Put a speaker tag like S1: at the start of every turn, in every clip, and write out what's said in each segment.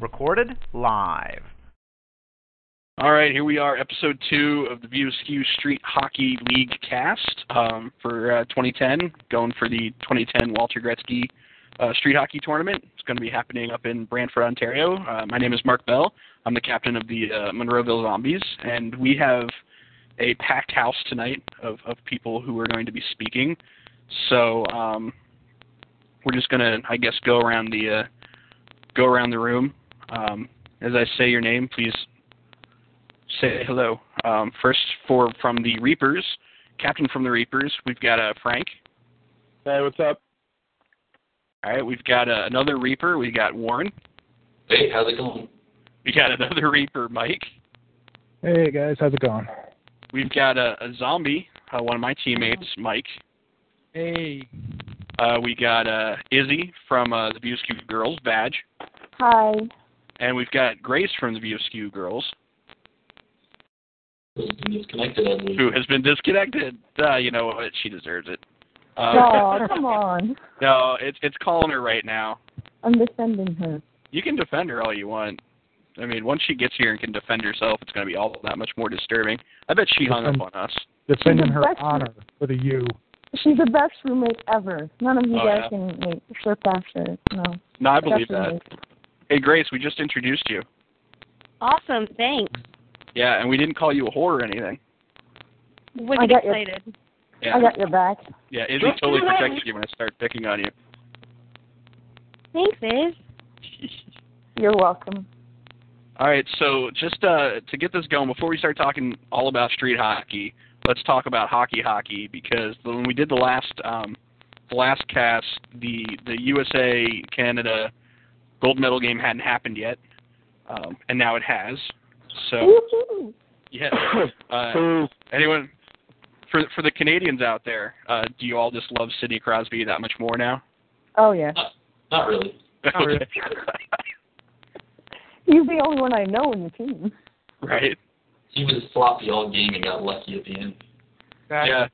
S1: recorded live.
S2: All right, here we are, episode two of the View Skew Street Hockey League cast um, for uh, 2010, going for the 2010 Walter Gretzky uh, Street Hockey Tournament. It's going to be happening up in Brantford, Ontario. Uh, my name is Mark Bell. I'm the captain of the uh, Monroeville Zombies, and we have a packed house tonight of, of people who are going to be speaking. So um, we're just going to, I guess, go around the uh, go around the room. Um, as I say your name, please say hello. Um, first, for from the Reapers, captain from the Reapers, we've got uh, Frank.
S3: Hey, what's up?
S2: All right, we've got uh, another Reaper. We got Warren.
S4: Hey, how's it going?
S2: We got another Reaper, Mike.
S5: Hey guys, how's it going?
S2: We've got a, a zombie, uh, one of my teammates, Mike.
S6: Hey.
S2: Uh, we got uh, Izzy from uh, the Buskew Girls badge,
S7: Hi.
S2: and we've got Grace from the Buskew Girls,
S4: Just disconnected, I believe.
S2: who has been disconnected. Uh, you know what? She deserves it. Uh,
S7: Oh, come on.
S2: no, it's it's calling her right now.
S7: I'm defending her.
S2: You can defend her all you want. I mean, once she gets here and can defend herself, it's going to be all that much more disturbing. I bet she hung up on us.
S5: Defending her
S7: Bless you.
S5: honor with a U.
S7: She's the best roommate ever. None of you
S2: Oh,
S7: guys
S2: yeah.
S7: can like, surpass her. No.
S2: No, I believe
S7: best
S2: that.
S7: roommate.
S2: Hey, Grace, we just introduced you.
S8: Awesome, thanks.
S2: Yeah, and we didn't call you a whore or anything.
S8: Was
S7: I got your-
S8: excited.
S2: Yeah.
S7: I got your back.
S2: Yeah, Izzy totally protected you when I started picking on you.
S8: Thanks, Iz.
S7: You're welcome.
S2: All right, so just uh, to get this going, before we start talking all about street hockey, let's talk about hockey hockey because when we did the last um, the last cast, the the USA Canada gold medal game hadn't happened yet, um, and now it has. So
S7: Woohoo!
S2: yeah, uh, anyone for for the Canadians out there, uh, do you all just love Sidney Crosby that much more now?
S7: Oh yeah.
S2: Uh,
S4: Not really.
S6: Not really.
S2: Okay.
S7: He's the only one I know in the team.
S2: right.
S4: He was sloppy all game and got lucky at the end.
S6: That,
S2: Yeah.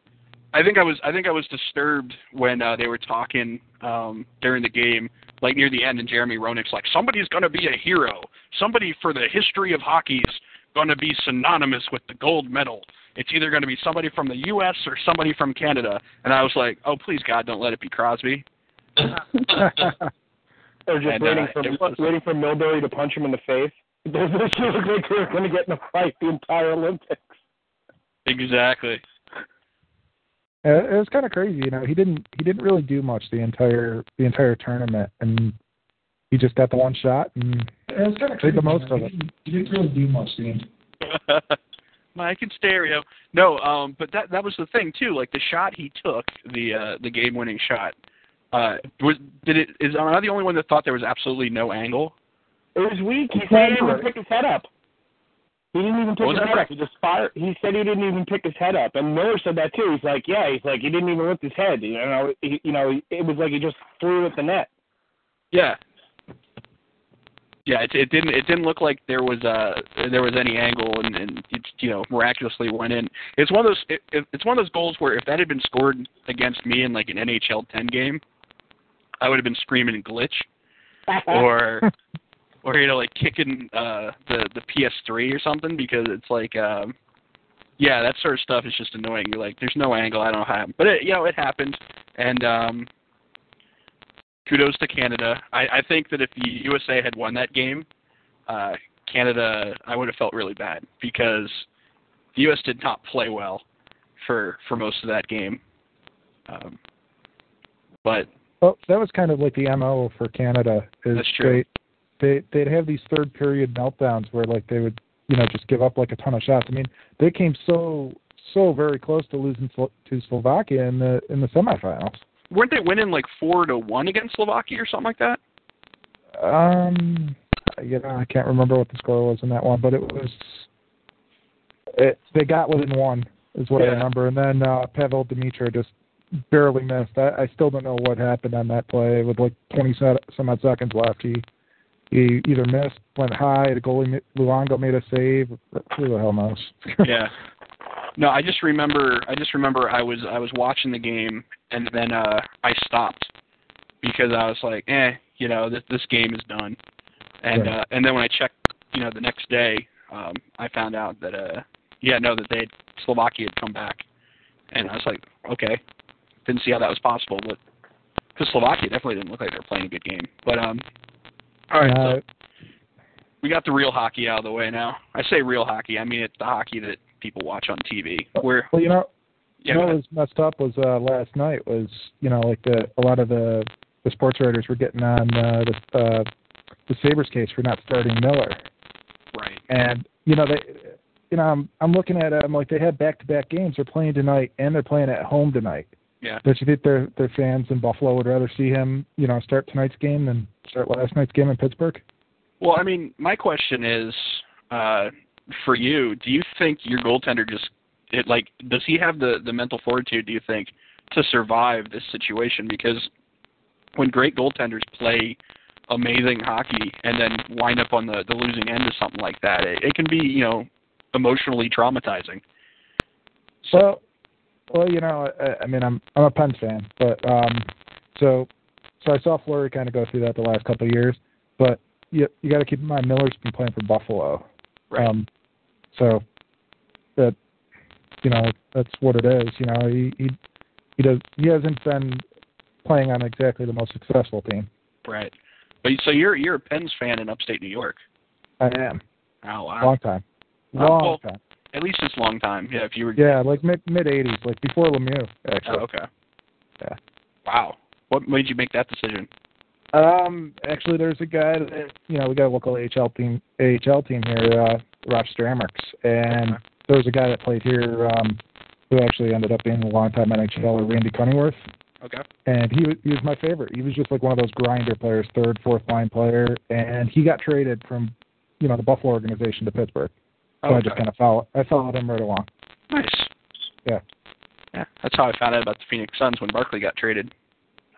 S2: I think I was I think I was disturbed when uh, they were talking um, during the game, like near the end, and Jeremy Roenick's like, "Somebody's going to be a hero. Somebody for the history of hockey's going to be synonymous with the gold medal. It's either going to be somebody from the U.S. or somebody from Canada." And I was like, "Oh, please God, don't let it be Crosby."
S3: Or just
S2: And, uh,
S3: waiting
S2: it was-
S3: for waiting for Milbury to punch him in the face. Does this look like we're going to get in a fight the entire Olympics?
S2: Exactly.
S5: It it was kind of crazy, you know. He didn't he didn't really do much the entire the entire tournament, and he just got the one shot and
S9: It was kind of
S5: Made
S9: crazy.
S5: the most
S9: man.
S5: of it.
S9: He didn't- He didn't really do much, dude.
S2: Mike in stereo. No, um, but that that was the thing too. Like the shot he took, the uh, the game winning shot. Uh, was did it? Is am I the only one that thought there was absolutely no angle?
S3: It was weak. He said he didn't even pick his head up. He didn't even pick
S2: What was
S3: his
S2: that?
S3: head up. He just fired. He said he didn't even pick his head up, and Miller said that too. He's like, yeah, he's like he didn't even lift his head. You know, he, you know, it was like he just threw it at the net.
S2: Yeah. Yeah, it, it didn't. It didn't look like there was uh there was any angle, and, and it you know miraculously went in. It's one of those. It, it, it's one of those goals where if that had been scored against me in like an NHL 10 game, I would have been screaming glitch, or or you know like kicking uh the the PS3 or something because it's like um yeah that sort of stuff is just annoying. You're like there's no angle. I don't know how, but it, you know it happened, and um kudos to Canada. I, I think that if the USA had won that game, uh, Canada, I would have felt really bad because the U.S. did not play well for for most of that game. Um, but
S5: Well, that was kind of like the MO for Canada. Is
S2: That's true.
S5: They, they they'd have these third period meltdowns where like they would you know just give up like a ton of shots. I mean, they came so so very close to losing Slo- to Slovakia in the in the semifinals.
S2: weren't they winning like four to one against Slovakia or something like that?
S5: Um, you know, I can't remember what the score was in that one, but it was it they got within one is what I
S2: Yeah.
S5: remember, and then uh, Pavel Dimitra just barely missed. I, I still don't know what happened on that play with like 20 se- some odd seconds left. He he either missed, went high, the goalie ma- Luongo made a save. Who the hell knows?
S2: yeah. No, I just remember I just remember I was I was watching the game and then uh I stopped because I was like, eh, you know, this this game is done. and
S5: Right.
S2: uh, and then when I checked, you know, the next day, um, I found out that uh, yeah, no, that they Slovakia had come back, and I was like, okay, didn't see how that was possible, but because Slovakia definitely didn't look like they were playing a good game. But um, all right, so
S5: Uh,
S2: we got the real hockey out of the way now. I say real hockey, I mean it's the hockey that people watch on TV. Where
S5: well, you know,
S2: yeah,
S5: you know
S2: go
S5: what
S2: ahead.
S5: was messed up was uh, last night was you know like the a lot of the the sports writers were getting on uh, the uh, the Sabres case for not starting Miller,
S2: right,
S5: and you know they you know I'm I'm looking at it, I'm like they had back to back games they're playing tonight and they're playing at home tonight.
S2: Yeah.
S5: Don't you think their their fans in Buffalo would rather see him you know start tonight's game than start last night's game in Pittsburgh?
S2: Well, I mean, my question is, uh, for you, do you think your goaltender just it like does he have the the mental fortitude? Do you think to survive this situation? Because when great goaltenders play amazing hockey and then wind up on the the losing end of something like that, it, it can be you know emotionally traumatizing. So
S5: Well, well, you know, I, I mean, I'm I'm a Pens fan, but um, so so I saw Flurry kind of go through that the last couple of years, but you you got to keep in mind Miller's been playing for Buffalo,
S2: Right.
S5: Um, so that you know that's what it is. You know, he he he does he hasn't been playing on exactly the most successful team.
S2: right. But so you're you're a Pens fan in upstate New York.
S5: I am
S2: Oh wow.
S5: long time,
S2: Wow.
S5: long
S2: Well,
S5: time.
S2: At least it's a long time. Yeah, if you were
S5: Yeah, like mid mid '80s, like before Lemieux, actually.
S2: Oh, okay.
S5: Yeah.
S2: Wow. What made you make that decision?
S5: Um, actually, there's a guy that you know we got a local AHL team, AHL team here, uh, Rochester Amherst, and
S2: Okay.
S5: there was a guy that played here um, who actually ended up being a longtime NHLer, Randy Cunningworth,
S2: Okay.
S5: and he was, he was my favorite. He was just like one of those grinder players, third, fourth line player, and he got traded from you know the Buffalo organization to Pittsburgh. So I just
S2: Okay.
S5: kind of followed I followed him right along.
S2: Nice.
S5: Yeah.
S2: Yeah. That's how I found out about the Phoenix Suns when Barkley got traded.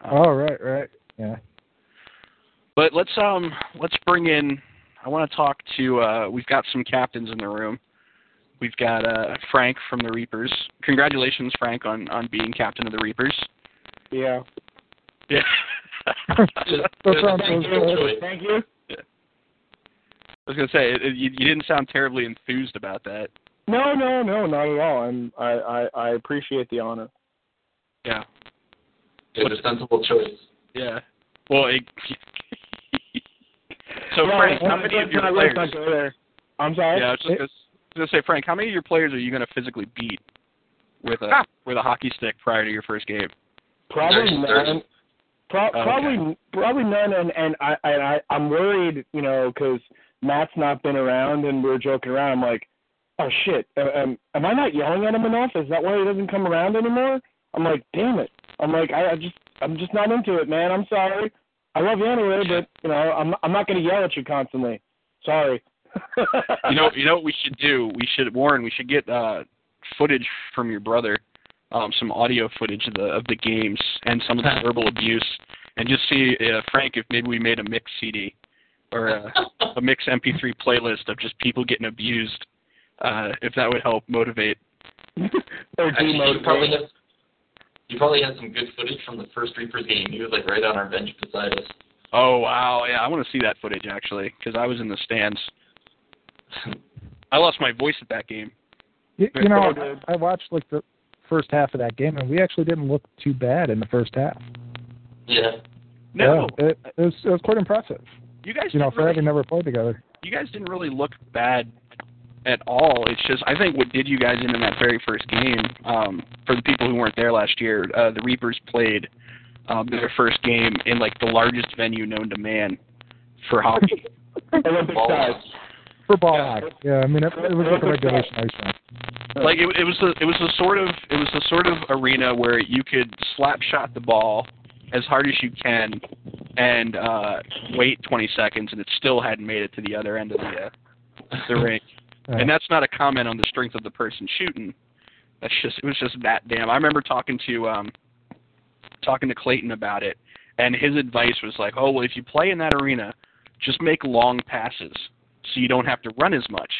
S2: Uh,
S5: Oh right, right, yeah.
S2: But let's um let's bring in I want to talk to uh we've got some captains in the room. We've got uh Frank from the Reapers. Congratulations Frank on on being captain of the Reapers.
S3: Yeah.
S2: Yeah.
S5: That's what I'm
S4: Thank you,
S5: supposed to-
S4: Joey.
S3: Thank you.
S2: I was going to say it, it, you, you didn't sound terribly enthused about that.
S3: No, no, no, not at all. I'm I I, I appreciate the honor.
S2: Yeah.
S4: It was a sensible choice.
S2: Yeah. Well, it, so
S3: Yeah,
S2: Frank,
S3: I-
S2: how many
S3: I-
S2: of your
S3: I- I-
S2: players?
S3: I- go there. I'm sorry.
S2: Yeah, I was just gonna, I was gonna say, Frank, how many of your players are you gonna physically beat with a
S3: Ah.
S2: with a hockey stick prior to your first game?
S3: Probably
S4: There's- there's-
S3: none. Pro-
S2: Oh, Okay.
S3: Probably probably none. And and I and I I'm worried, you know, because Matt's not been around, and we are joking around. I'm like, oh shit, uh, um, am I not yelling at him enough? Is that why he doesn't come around anymore? I'm like, damn it. I'm like, I, I just I'm just not into it, man. I'm sorry. I love you anyway, but you know, I'm I'm not gonna yell at you constantly. Sorry. Uh,
S2: You know, you know what we should do? We should Warren. We should get uh, footage from your brother, um, some audio footage of the of the games and some of the verbal abuse, and just see uh, Frank if maybe we made a mix CD or a, a mix MP3 playlist of just people getting abused. Uh, if that would help motivate.
S3: or
S4: Actually, you
S3: demotivate.
S4: probably have you probably had some good footage from the first Reapers game. He was like right on our bench beside us.
S2: Oh wow, yeah, I want to see that footage actually because I was in the stands. I lost my voice at that game.
S5: You, you know,
S3: Yeah, dude.
S5: I, I watched like the first half of that game, and we actually didn't look too bad in the first half.
S4: yeah.
S2: No,
S5: Yeah, it, it was it was quite impressive.
S2: you guys
S5: You know,
S2: didn't
S5: for
S2: really,
S5: having never played together.
S2: you guys didn't really look bad at all. It's just I think what did you guys in in that very first game. Um, for the people who weren't there last year, uh, the Reapers played um, their first game in like the largest venue known to man for hockey.
S3: Olympic
S4: Ball
S3: size.
S4: hockey.
S5: For ball
S2: Yeah.
S5: yeah. yeah. I mean, it, it was like a regulation ice rink.
S2: like it, it was the it was the sort of it was the sort of arena where you could slap shot the ball as hard as you can and uh wait 20 seconds and it still hadn't made it to the other end of the uh, the rink
S5: Yeah.
S2: and that's not a comment on the strength of the person shooting that's just it was just that damn i remember talking to um talking to clayton about it and his advice was like oh well if you play in that arena just make long passes so you don't have to run as much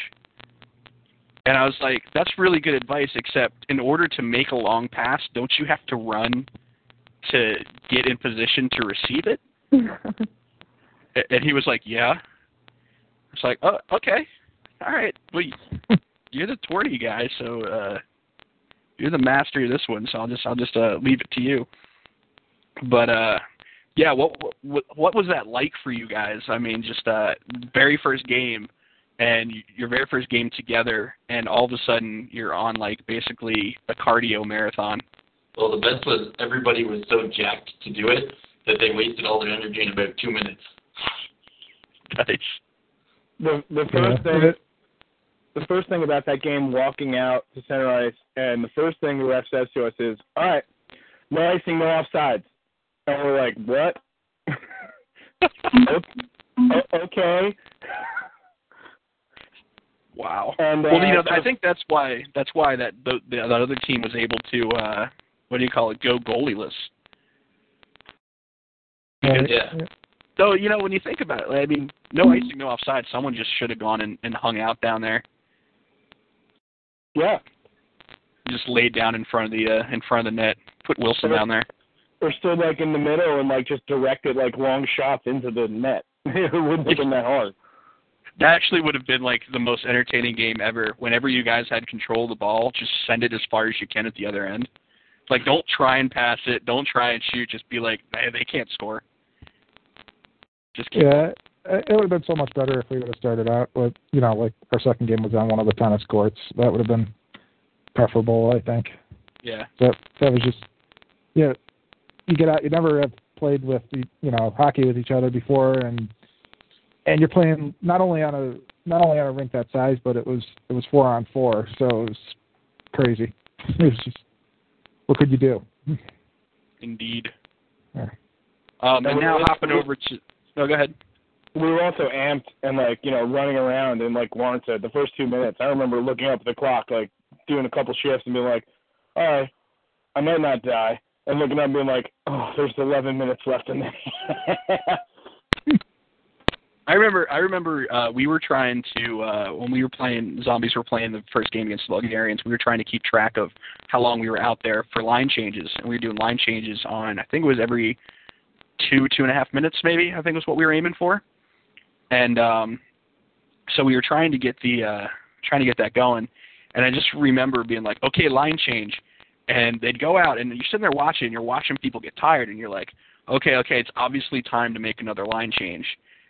S2: and i was like that's really good advice except in order to make a long pass don't you have to run to get in position to receive it
S7: yeah.
S2: a- and he was like, "Yeah." It's like, oh, okay, all right. Well, you- you're the tourney guy, so uh, you're the master of this one. So I'll just I'll just uh, leave it to you. But uh, yeah, what what what was that like for you guys? I mean, just uh, very first game, and your very first game together, and all of a sudden you're on like basically a cardio marathon.
S4: Well, the best was everybody was so jacked to do it that they wasted all their energy in about two minutes.
S2: Nice.
S3: The the
S5: Yeah.
S3: first thing the first thing about that game walking out to center ice and the first thing the ref says to us is, All right, no icing, no offsides and we're like, What? O- okay.
S2: Wow.
S3: And uh,
S2: Well, you know, I think that's why that's why that the, the that other team was able to uh what do you call it go goalieless.
S5: Right.
S4: Yeah.
S2: So you know when you think about it, I mean, no icing, no offside. Someone just should have gone and, and hung out down there,
S3: yeah.
S2: just laid down in front of the uh, in front of the net, put Wilson down there.
S3: Or stood like in the middle and like just directed like long shots into the net. it wouldn't have been that hard.
S2: That actually would have been like the most entertaining game ever. Whenever you guys had control of the ball, just send it as far as you can at the other end. Like, don't try and pass it. Don't try and shoot. Just be like, hey, they can't score. Just keep
S5: Yeah, it it would have been so much better if we would have started out with, you know, like our second game was on one of the tennis courts. That would have been preferable, I think.
S2: yeah.
S5: That that was just, yeah, you get out. You never have played with, the you know, hockey with each other before, and and you're playing not only on a not only on a rink that size, but it was it was four on four, so it was crazy. It was just, what could you do?
S2: Indeed.
S5: Yeah.
S2: Um, and
S3: And
S2: now
S3: we-
S2: hopping
S3: we-
S2: over to. No, go ahead.
S3: we were also amped and like you know running around and like Warren said the first two minutes I remember looking up at the clock like doing a couple shifts and being like all right I might not die and looking up and being like oh there's 11 minutes left in there
S2: I remember. I remember uh, we were trying to uh, when we were playing zombies. Were playing the first game against the Bulgarians. We were trying to keep track of how long we were out there for line changes, and we were doing line changes on. I think it was every two, two and a half minutes, maybe. I think was what we were aiming for, and um, so we were trying to get the uh, trying to get that going. And I just remember being like, okay, line change, and they'd go out, and you're sitting there watching. You're watching people get tired, and you're like, okay, okay, it's obviously time to make another line change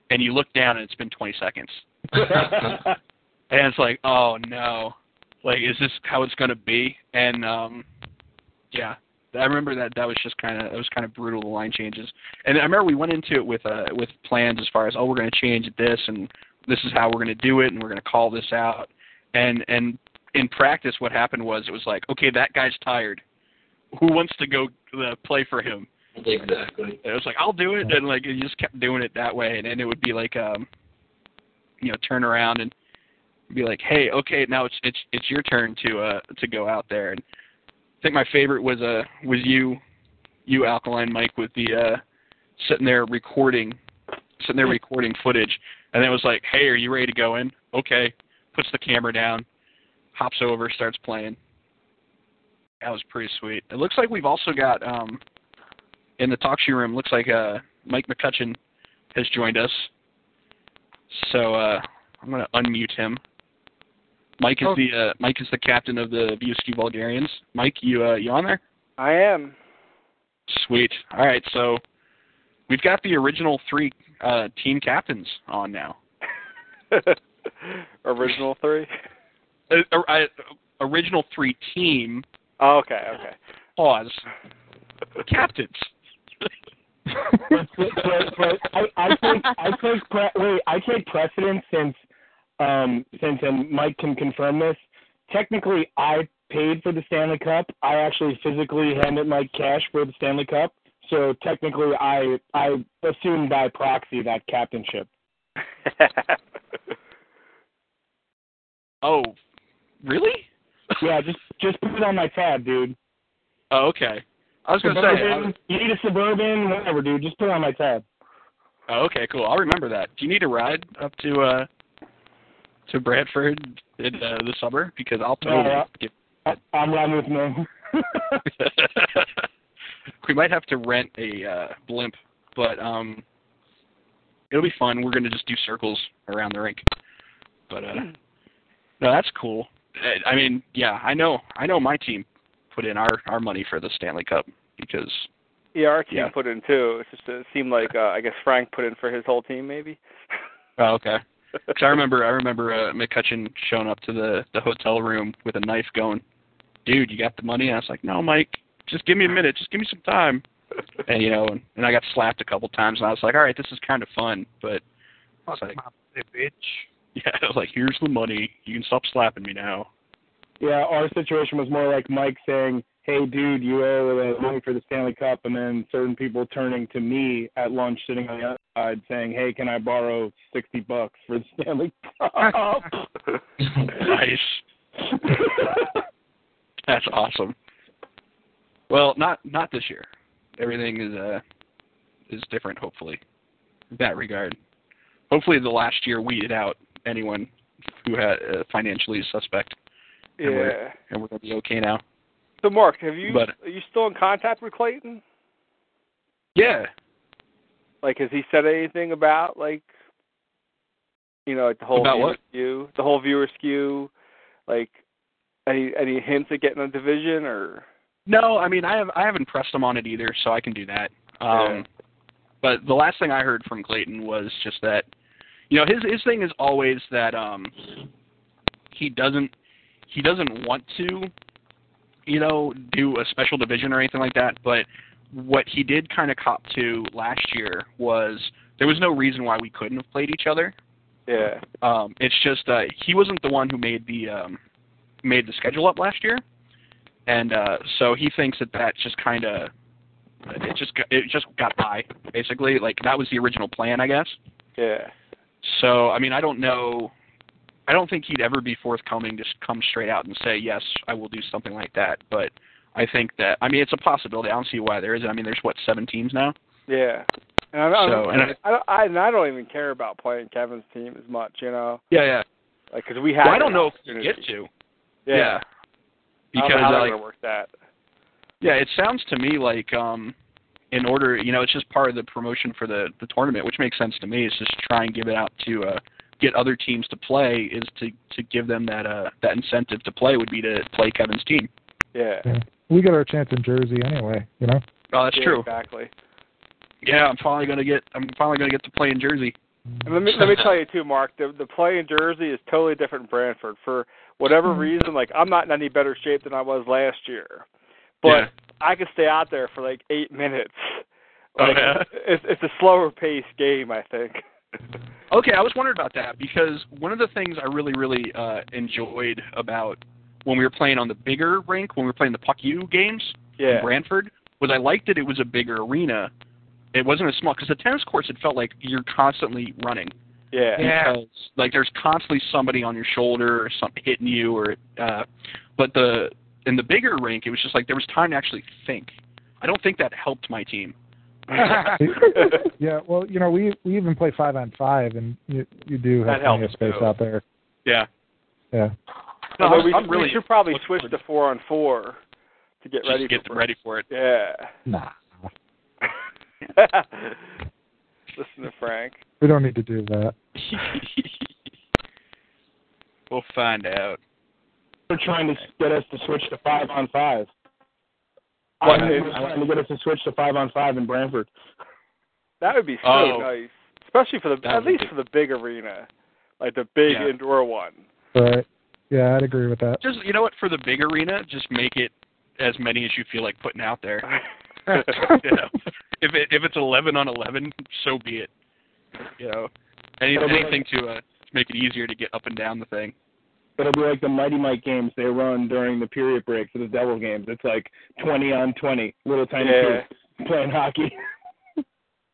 S2: and you look down and it's been 20 seconds. And it's like, oh no, like is this how it's gonna be? And um, yeah, I remember that that was just kind of it was kind of brutal the line changes. And I remember we went into it with uh with plans as far as oh we're gonna change this and this is how we're gonna do it and we're gonna call this out. And and in practice, what happened was it was like, okay, that guy's tired. Who wants to go uh, play for him?
S4: exactly.
S2: And it was like, I'll do it, and like you just kept doing it that way, and then it would be like, um, you know, turn around and be like, hey, okay, now it's it's it's your turn to uh to go out there. And I think my favorite was uh was you, you alkaline Mike with the uh sitting there recording, sitting there recording footage, and then it was like, hey, are you ready to go in? Okay, puts the camera down, hops over, starts playing. That was pretty sweet. It looks like we've also got um in the talk show room. Looks like uh, Mike McCutcheon has joined us. So uh, I'm going to unmute him. Mike is the uh, Mike is the captain of the Viewski Bulgarians. Mike, you uh, you on there?
S1: I am.
S2: Sweet. All right, so we've got the original three uh, team captains on now.
S1: Original three.
S2: Uh, uh, original three team
S1: Oh, okay, okay.
S2: pause captains.
S3: but, but, but I, I take I take pre- wait I take precedence since um since and Mike can confirm this. Technically, I paid for the Stanley Cup. I actually physically handed Mike cash for the Stanley Cup. So technically, I I assume by proxy that captainship.
S2: Oh, really?
S3: Yeah, just just put it on my tab, dude.
S2: Oh, okay. I was going to say. I was-
S3: Suburban, you need a suburban, whatever, dude. Just put it on my tab.
S2: Oh, okay, cool. I'll remember that. Do you need a ride up to uh to Bradford in uh, the summer? Because I'll
S3: No,
S2: totally
S3: I-
S2: get.
S3: I, I'm riding with no.
S2: we might have to rent a uh blimp, but um it'll be fun. We're gonna just do circles around the rink. But uh, no, that's cool. I- I mean, yeah, I know, I know my team put in our our money for the Stanley Cup because
S1: Yeah, our team
S2: Yeah.
S1: put in too. It's just it seemed like uh, I guess Frank put in for his whole team maybe.
S2: Oh, okay. 'Cause I remember, I remember uh, McCutcheon showing up to the the hotel room with a knife, going, "Dude, you got the money?" And I was like, "No, Mike, just give me a minute, just give me some time." And you know, and, and I got slapped a couple times, and I was like, "All right, this is kind of fun," but I was like,
S6: bitch.
S2: "Yeah, I was like, here's the money. You can stop slapping me now."
S3: Yeah, our situation was more like Mike saying, "Hey, dude, you owe uh, money for the Stanley Cup," and then certain people turning to me at lunch, sitting on the other side, saying, "Hey, can I borrow sixty bucks for the Stanley Cup?"
S2: nice. That's awesome. Well, not not this year. Everything is uh is different. Hopefully, in that regard. Hopefully, the last year weeded out anyone who had uh, financially suspect,
S1: yeah.
S2: we're- and we're gonna be okay now.
S1: So Mark, have you
S2: But-
S1: are you still in contact with Clayton?
S2: Yeah.
S1: Like, has he said anything about like, you know, like the whole
S2: About
S1: viewer
S2: what?
S1: skew, the whole viewer skew, like any any hints at getting a division or?
S2: No, I mean I have I haven't pressed him on it either, so I can do that. Um, But the last thing I heard from Clayton was just that, you know, his his thing is always that um, he doesn't he doesn't want to, you know, do a special division or anything like that. But what he did kind of cop to last year was there was no reason why we couldn't have played each other.
S1: Yeah.
S2: Um, it's just uh, he wasn't the one who made the um, made the schedule up last year, and uh, so he thinks that that just kind of it just got, it just got by basically. Like that was the original plan, I guess.
S1: Yeah.
S2: So I mean, I don't know. I don't think he'd ever be forthcoming to s- come straight out and say yes, I will do something like that. But I think that I mean it's a possibility. I don't see why there isn't. I mean, there's what seven teams now.
S1: Yeah. And I don't,
S2: So, and I-
S1: I, don't I, and I don't even care about playing Kevin's team as much, you know,
S2: Yeah, yeah.
S1: like because we have.
S2: Well, I don't know if you get to.
S1: Yeah. I
S2: Because
S1: don't know how
S2: uh,
S1: they're
S2: like,
S1: gonna work that.
S2: Yeah, it sounds to me like um in order, you know, it's just part of the promotion for the the tournament, which makes sense to me. It's just try and give it out to uh get other teams to play is to to give them that uh that incentive to play would be to play Kevin's team.
S1: Yeah.
S5: Yeah. We got our chance in Jersey anyway, you know.
S2: Oh, that's
S1: Yeah,
S2: true.
S1: Exactly.
S2: Yeah, I'm finally going to get I'm finally going to get to play in Jersey.
S1: And let me let me tell you too, Mark. The the play in Jersey is totally different in Brantford for whatever
S2: Mm-hmm.
S1: reason. Like I'm not in any better shape than I was last year, but
S2: Yeah.
S1: I could stay out there for like eight minutes.
S2: Oh,
S1: Like,
S2: yeah?
S1: It's it's a slower paced game, I think.
S2: Okay, I was wondering about that because one of the things I really, really uh, enjoyed about when we were playing on the bigger rink, when we were playing the Puck U games
S1: Yeah.
S2: in Brantford, was I liked that it was a bigger arena. It wasn't as small because the tennis courts, it felt like you're constantly running.
S1: yeah.
S6: Yeah.
S2: Because, like there's constantly somebody on your shoulder or something hitting you, or uh, but the in the bigger rink, it was just like there was time to actually think. I don't think that helped my team.
S5: yeah, well, you know, we we even play five on five, and you you do have
S1: That
S5: plenty of
S1: helps,
S5: space
S1: too.
S5: out there.
S2: Yeah.
S5: Yeah.
S2: No,
S1: Although
S2: I'm-
S1: we,
S2: I'm
S1: we
S2: really
S1: should probably
S2: looking
S1: switch
S2: forward
S1: to four on four to get
S2: just
S1: ready.
S2: get
S1: for
S2: ready for it.
S1: Yeah.
S5: Nah.
S1: Listen to Frank.
S5: We don't need to do that.
S2: we'll find out.
S3: They're trying to get us to switch to five on five.
S1: What?
S3: I'm trying to get us to switch to five on five in Brantford.
S1: That would be so
S2: Oh.
S1: nice, especially for the
S2: That
S1: at
S2: would
S1: least
S2: be-
S1: for the big arena, like the big
S2: Yeah.
S1: indoor one.
S5: Right. Yeah, I'd agree with that.
S2: Just you know what, for the big arena, just make it as many as you feel like putting out there.
S1: yeah.
S2: you know, if it if it's eleven on eleven, so be it. You know, any,
S3: It'll be
S2: anything to uh, make it easier to get up and down the thing.
S3: It'll be like the Mighty Mike games they run during the period break for the Devil games. It's like twenty on twenty, little tiny
S1: Yeah.
S3: kids playing hockey.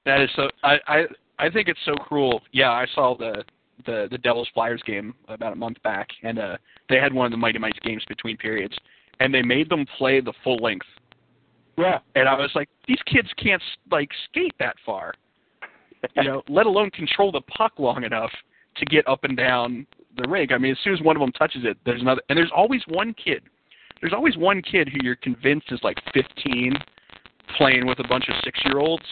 S2: That is so. I I I think it's so cruel. Yeah, I saw the the the Devils Flyers game about a month back, and uh, they had one of the Mighty Mites games between periods, and they made them play the full length.
S3: Yeah.
S2: And I was like, these kids can't like skate that far, you know, let alone control the puck long enough to get up and down the rink. I mean, as soon as one of them touches it, there's another, and there's always one kid. There's always one kid who you're convinced is like 15, playing with a bunch of six-year-olds,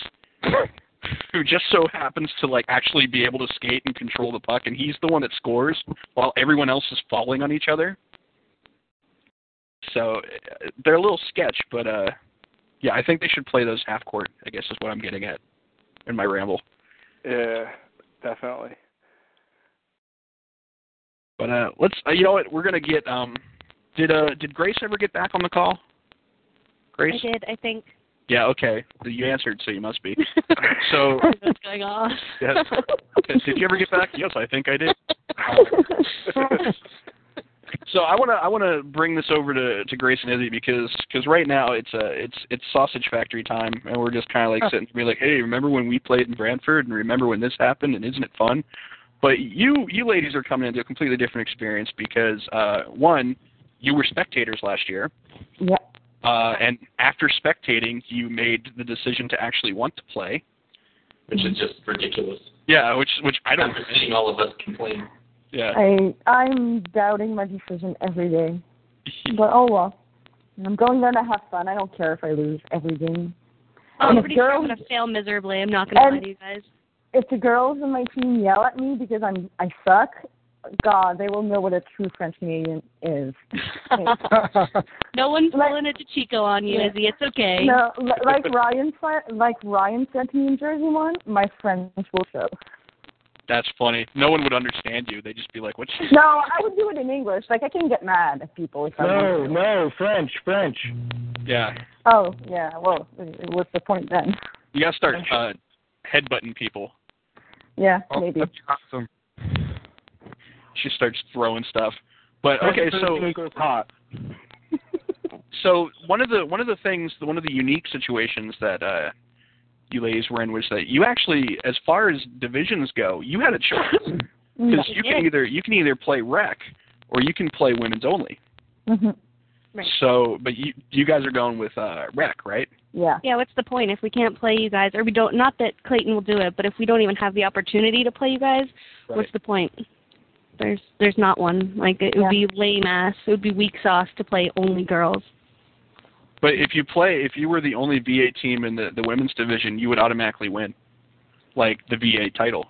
S2: who just so happens to like actually be able to skate and control the puck, and he's the one that scores while everyone else is falling on each other. So uh, they're a little sketch, but uh, yeah, I think they should play those half court. I guess is what I'm getting at in my ramble.
S1: Yeah, definitely.
S2: But uh, let's uh, you know what we're gonna get. Um, did uh did Grace ever get back on the call? Grace.
S8: I did, I think.
S2: Yeah. Okay. You answered, so you must be. So
S8: What's going on?
S2: Yes. did you ever get back? Yes, I think I did. So I want to I want to bring this over to to Grace and Izzy because because right now it's uh it's it's sausage factory time and we're just kind of like sitting be like hey remember when we played in Brantford and remember when this happened and isn't it fun? But you you ladies are coming into a completely different experience because uh one you were spectators last year
S7: Yeah.
S2: uh and after spectating you made the decision to actually want to play
S4: which is just ridiculous.
S2: yeah which which I don't
S4: After seeing all of us complain.
S2: yeah
S7: I I'm doubting my decision every day. But oh well. I'm going there to have fun. I don't care if I lose every game.
S8: I'm
S7: if
S8: pretty sure I'm
S7: girls-
S8: gonna fail miserably. I'm not gonna
S7: And-
S8: lie to you guys.
S7: If the girls in my team yell at me because I'm I suck, God, they will know what a true French Canadian is.
S8: no one's
S7: Like-
S8: pulling it to Chico on you,
S7: Yeah.
S8: Izzy. It's okay.
S7: No, li- like Ryan said, like Ryan said to me in Jersey one, my French will show.
S2: that's funny no one would understand you they'd just be like what's
S7: No, I would do it in English. Like I can get mad at people if I
S3: No,
S7: want to.
S3: no, French, French.
S2: Mm. yeah
S7: Oh yeah, well, what's the point then?
S2: You gotta start uh, headbutting people.
S7: Yeah,
S9: Oh,
S7: maybe.
S9: That'd be awesome.
S2: She starts throwing stuff. But okay, so
S3: Eagles hot.
S2: so one of the one of the things, one of the unique situations that uh, you ladies were in was that you actually, as far as divisions go, you had a choice
S7: Mm-hmm.
S2: because you can either you can either play rec or you can play women's only.
S7: hmm
S8: Right.
S2: So, but you you guys are going with uh, rec, right?
S7: Yeah.
S8: Yeah, what's the point if we can't play you guys, or we don't? Not that Clayton will do it, but if we don't even have the opportunity to play you guys, what's the point? There's there's not one. Like it would
S7: Yeah.
S8: be lame ass. It would be weak sauce to play only girls.
S2: But if you play, if you were the only VA team in the the women's division, you would automatically win, like the VA title.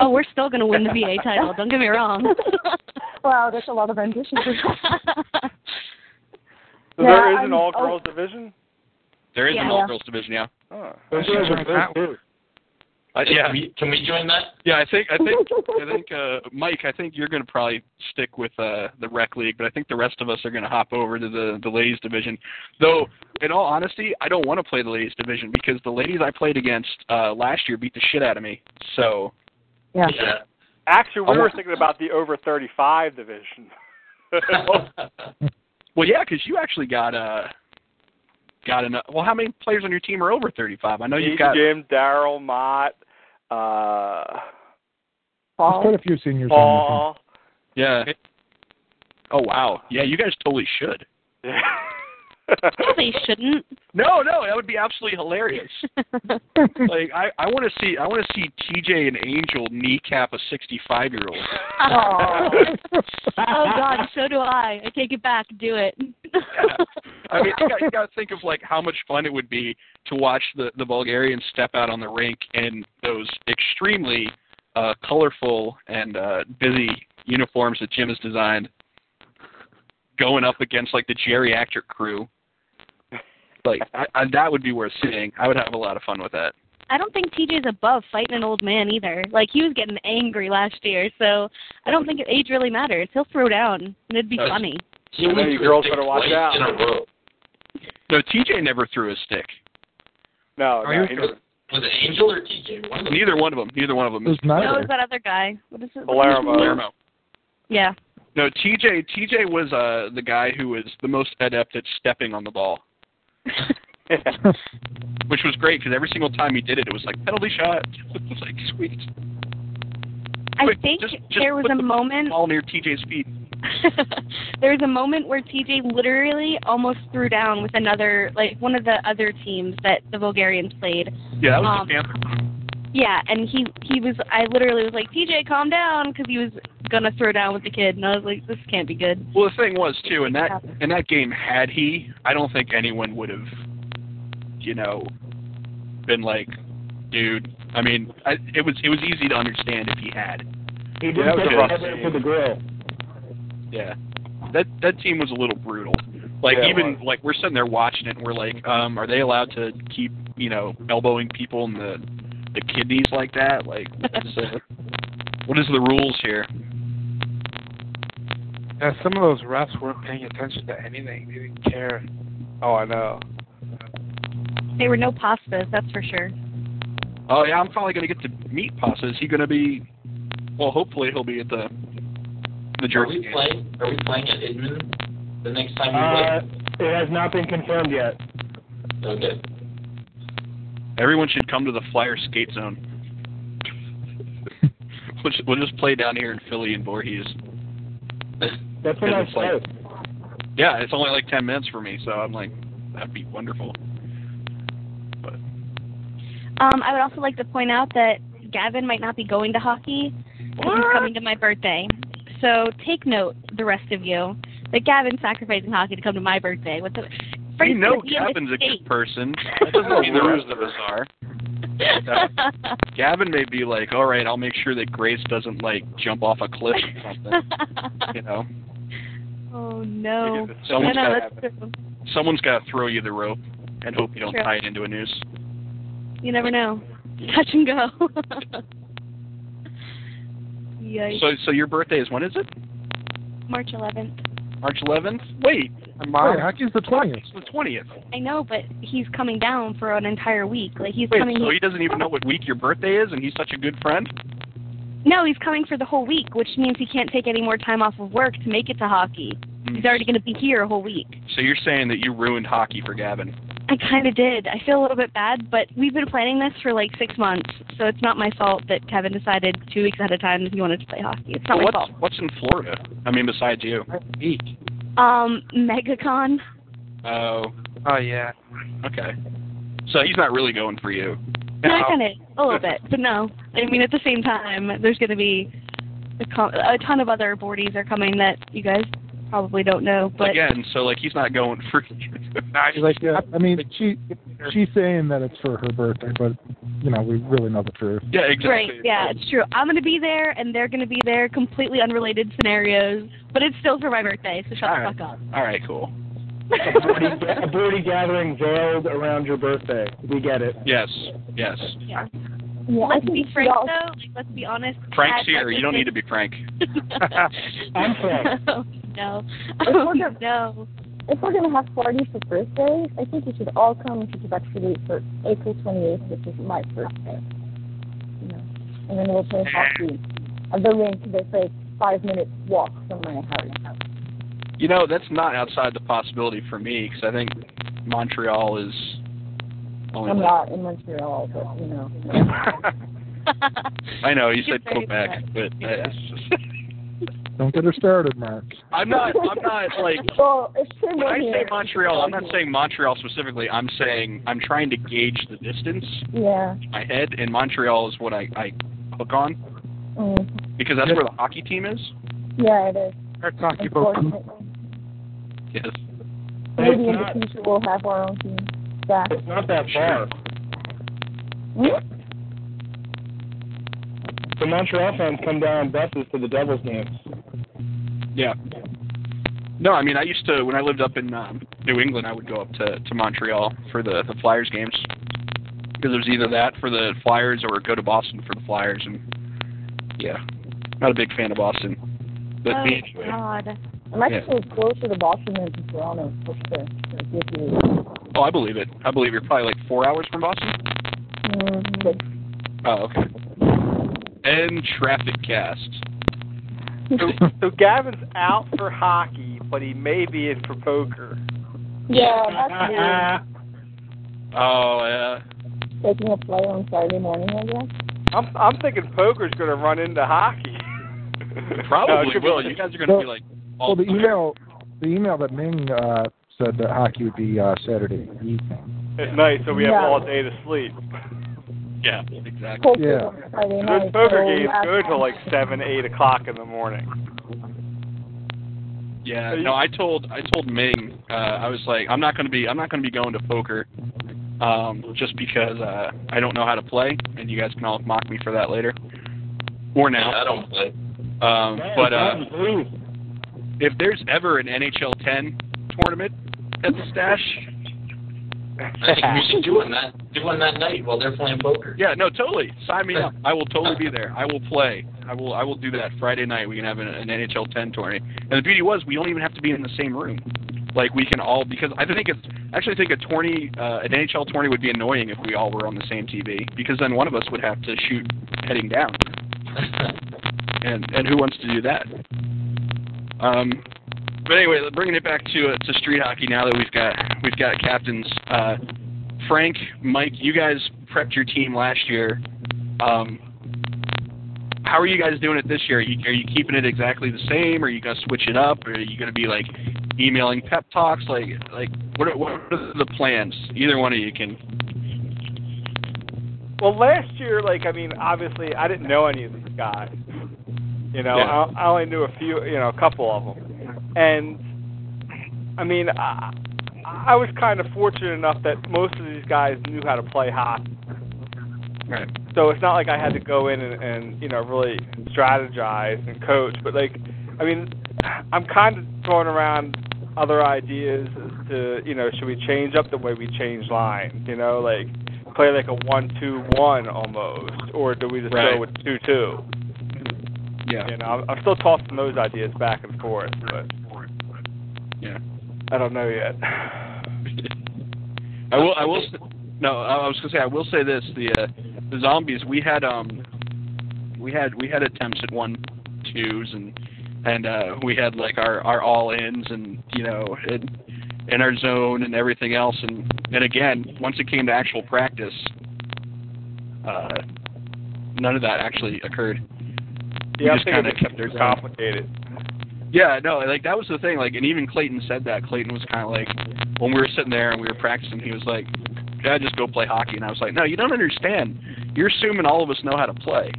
S8: Oh, we're still gonna win the VA title. Don't get me wrong.
S7: wow, that's a lot of ambition.
S1: So
S7: Yeah,
S1: there is
S7: I'm-
S1: an all girls division.
S2: There is an
S8: Yeah.
S2: all girls division, yeah.
S1: Oh,
S3: Those guys are good, too.
S2: Uh, yeah,
S4: Can we, can we join that?
S2: yeah. I think I think I think uh, Mike. I think you're going to probably stick with uh, the rec league, but I think the rest of us are going to hop over to the the ladies division. Though, in all honesty, I don't want to play the ladies division because the ladies I played against uh, last year beat the shit out of me. So
S7: yeah.
S1: actually, we
S2: Oh.
S1: were thinking about the over thirty five division.
S2: well, yeah, because you actually got uh got enough. Well, how many players on your team are over 35? I know you've got
S1: Jim, Daryl, Mott, uh,
S5: There's quite
S7: Fall.
S5: a few seniors on
S1: Paul.
S2: yeah. Oh wow, yeah, you guys totally should.
S1: Yeah.
S8: No, they shouldn't.
S2: No, no, that would be absolutely hilarious. like I, I want to see I want to see TJ and Angel kneecap a 65 year old.
S7: Aw.
S8: Oh God, so do I. I take it back. Do it.
S2: I mean, you got, you got to think of like how much fun it would be to watch the the Bulgarians step out on the rink in those extremely uh, colorful and uh, busy uniforms that Jim has designed, going up against like the geriatric crew. Like I, I, that would be worth seeing. I would have a lot of fun with that.
S8: I don't think TJ's above fighting an old man either. Like he was getting angry last year, so I don't think age really matters. He'll throw down, and it'd be
S4: That's-
S8: funny.
S4: He
S1: I know
S4: went
S1: you
S4: through
S1: girls
S4: six
S1: better watch
S4: plays
S1: out.
S4: In a row.
S2: No, TJ never threw a stick.
S1: no,
S9: Are
S1: no,
S9: you
S1: he
S9: sure?
S1: was-
S4: Was it Angel or TJ? One of them.
S2: Neither one of them. Neither one of them.
S5: There's
S8: That
S5: neither.
S8: was that other guy. What is it?
S1: Palermo.
S2: Oh, Palermo.
S8: Yeah.
S2: No, TJ. TJ was uh, the guy who was the most adept at stepping on the ball, which was great because every single time he did it, it was like penalty shot. It was like sweet.
S8: I
S2: Wait,
S8: think
S2: just- just
S8: there was
S2: put
S8: a
S2: the
S8: moment
S2: ball near TJ's feet.
S8: there was a moment where TJ literally almost threw down with another like one of the other teams that the Bulgarians played.
S2: Yeah, that was
S8: Um,
S2: the Panther.
S8: Yeah, and he he was I literally was like TJ calm down because he was gonna throw down with the kid, and I was like this can't be good.
S2: Well, the thing was too, in that
S8: happened.
S2: in that game, had he, I don't think anyone would have, you know, been like, dude. I mean, I, it was it was easy to understand if he had.
S3: He did
S2: that was
S3: take
S2: a rough
S3: everything
S2: save.
S3: to the grill.
S2: Yeah, that that team was a little brutal. Like
S3: Yeah, it
S2: even like we're sitting there watching it, and we're like, um, are they allowed to keep you know elbowing people in the the kidneys like that? Like, what's, uh, what is the rules here?
S6: Yeah, some of those refs weren't paying attention to anything. They didn't care.
S1: Oh, I know.
S8: They were no pastas, that's for sure.
S2: Oh yeah, I'm probably gonna get to meet Pasa. Is he gonna be? Well, hopefully he'll be at the the
S4: Are
S2: Jersey
S4: we
S2: game.
S4: playing? Are we playing at Edmund the next time
S3: Uh,
S4: we
S3: it has not been confirmed yet.
S4: play? Okay.
S2: Everyone should come to the Flyer skate zone. we'll, just, we'll just play down here in Philly and Voorhees.
S3: That's a
S2: Yeah,
S3: nice
S2: it's like-
S3: place.
S2: Yeah, it's only like ten minutes for me, so I'm like, that'd be wonderful.
S8: Um, I would also like to point out that Gavin might not be going to hockey because he's coming to my birthday. So take note, the rest of you, that Gavin's sacrificing hockey to come to my birthday. What the?
S2: you
S8: Frank's
S2: know,
S8: gonna be in
S2: Gavin's
S8: the
S2: a good
S8: States.
S2: person. That doesn't mean the rest of us are. Gavin may be like, all right, I'll make sure that Grace doesn't like jump off a cliff or something. you know,
S8: oh no.
S1: You get the
S8: No,
S2: someone's
S8: no,
S2: got
S8: that's true.
S2: someone's got to throw you the rope and hope you don't
S8: True.
S2: tie it into a noose.
S8: You never know. Touch and go. Yikes.
S2: So, so your birthday is when is it?
S8: March 11th.
S2: March 11th. Wait,
S5: Wait, hockey's the twentieth.
S2: it's the 20th.
S8: I know, but he's coming down for an entire week. Like he's
S2: Wait,
S8: coming.
S2: so he doesn't even know what week your birthday is, and he's such a good friend.
S8: No, he's coming for the whole week, which means he can't take any more time off of work to make it to hockey.
S2: Hmm.
S8: He's already going to be here a whole week.
S2: So you're saying that you ruined hockey for Gavin?
S8: I kind of did. I feel a little bit bad, but we've been planning this for like six months, so it's not my fault that Kevin decided two weeks ahead of time that he wanted to play hockey. It's not
S2: Well,
S8: my
S2: what's
S8: fault.
S2: what's in Florida? I mean, besides you.
S6: Eek.
S8: Um, MegaCon.
S2: Oh,
S6: Oh yeah.
S2: okay. So he's not really going for you.
S8: Yeah, kind of a little bit, but no. I mean, at the same time, there's going to be a, co- a ton of other boardies are coming that you guys probably don't know. But
S2: Again, so like he's not going for you.
S5: Like, yeah, I mean, she she's saying that it's for her birthday, but you know, we really know the truth.
S2: yeah, exactly.
S8: right, yeah, it's true. I'm going to be there, and they're going to be there. Completely unrelated scenarios, but it's still for my birthday, so shut
S2: All right.
S8: the fuck up.
S2: All right, cool.
S3: A broody, a broody gathering veiled around your birthday. We get it.
S2: Yes, yes.
S7: Yeah,
S8: yeah.
S7: I
S8: Let's
S7: think
S8: be
S7: we
S8: frank
S7: all-
S8: though. Like, let's be honest.
S2: Frank's
S8: As
S2: here. You don't need to
S8: much
S2: be Frank.
S8: as-
S3: I'm Frank.
S8: Oh, no.
S7: It's
S8: Oh,
S7: okay.
S8: no.
S7: If we're gonna have parties for birthdays, I think we should all come and should actually for April 28th, which is my birthday. You know, and then we'll play hockey at the rink. That's like five minute walk from my house.
S2: You know, that's not outside the possibility for me because I think Montreal is. Only
S7: I'm not in Montreal, but you know.
S2: I know you
S8: You're
S2: said
S8: very
S2: Quebec,
S8: correct.
S2: but
S8: Yeah.
S2: uh, it's just,
S5: Don't get her started, Mark.
S2: I'm not. I'm not like.
S7: Well, it's true.
S2: When I say
S7: here.
S2: Montreal, I'm not saying Montreal specifically. I'm saying I'm trying to gauge the distance
S7: Yeah.
S2: in my head, and Montreal is what I, I hook on
S7: Mm.
S2: because that's where the hockey team is.
S7: Yeah, it is.
S6: That's hockey both.
S7: Unfortunately,
S2: Yes.
S7: maybe in
S3: not-
S7: the future we'll have our own team back.
S3: It's not that far.
S7: Hmm?
S3: The Montreal fans come down on buses to the Devils games.
S2: Yeah. No, I mean I used to when I lived up in um, New England, I would go up to to Montreal for the the Flyers games because it was either that for the Flyers or go to Boston for the Flyers, and yeah, not a big fan of Boston. But
S8: oh,
S2: me anyway.
S8: God.
S7: I'm actually closer to Boston than to Toronto for sure. Like, if you-
S2: Oh, I believe it. I believe you're probably like four hours from Boston.
S7: Mm, but
S2: Oh, okay. And traffic cast.
S1: So, so Gavin's out for hockey, but he may be in for poker.
S7: Yeah, that's weird.
S2: Oh yeah.
S7: Taking a flight on Saturday morning, I guess.
S1: I'm I'm thinking poker's going to run into hockey. No, it
S2: Probably
S1: could be-
S2: will. You guys are gonna be like all
S5: Well, the email the email that Ming uh, said that hockey would be uh, Saturday evening.
S1: at night, so we have
S7: Yeah.
S1: all day to sleep.
S2: Yeah, exactly.
S7: Poker
S5: Yeah.
S7: on Friday
S1: And
S7: night.
S1: Those poker
S7: so
S1: games
S7: after-
S1: go till like seven, eight o'clock in the morning.
S2: Yeah.
S1: Are you-
S2: No, I told I told Ming. Uh, I was like, I'm not gonna be I'm not gonna be going to poker. um, just because uh, I don't know how to play, and you guys can all mock me for that later or now.
S4: Yeah, I don't play.
S2: Um, but uh, if there's ever an NHL 10 tournament at the stash,
S4: I think we should do one that do one that night while they're playing poker.
S2: Yeah, no, totally. Sign me up. I will totally be there. I will play. I will. I will do that Friday night. We can have an, an NHL 10 tournament. And the beauty was, we don't even have to be in the same room. Like we can all because I think it's I actually think a tourney uh, an NHL tourney would be annoying if we all were on the same TV because then one of us would have to shoot heading down. and and who wants to do that? Um, but anyway, bringing it back to uh, to street hockey now that we've got we've got captains. Uh, Frank, Mike, you guys prepped your team last year. Um, how are you guys doing it this year? Are you, are you keeping it exactly the same? Are you gonna switch it up? Or are you gonna be like emailing pep talks? Like like what are, what are the plans? Either one of you can.
S1: Well, last year, like I mean, obviously, I didn't know any of these guys. You know,
S2: Yeah.
S1: I, I only knew a few, you know, a couple of them. And I mean, I, I was kind of fortunate enough that most of these guys knew how to play hockey.
S2: Right.
S1: So it's not like I had to go in and, and you know really strategize and coach, but like, I mean, I'm kind of throwing around other ideas as to you know should we change up the way we change lines? You know, like play like a one-two-one almost, or do we just
S2: Right.
S1: go with two-two?
S2: Yeah.
S1: You know, I'm, I'm still tossing those ideas back and forth, but
S2: Yeah.
S1: I don't know yet.
S2: I will. I will. s- No, I I was gonna say. I will say this: the uh, the zombies. We had um, we had we had attempts at one twos and and uh, we had like our our all ins and you know and in our zone and everything else and and again once it came to actual practice, uh, none of that actually occurred. We
S1: yeah,
S2: just
S1: I think
S2: kinda
S1: it's
S2: kept their-
S1: complicated.
S2: Yeah, no, like that was the thing. Like, and even Clayton said that. Clayton was kind of like, when we were sitting there and we were practicing, he was like, "Yeah, just go play hockey." And I was like, "No, you don't understand. You're assuming all of us know how to play.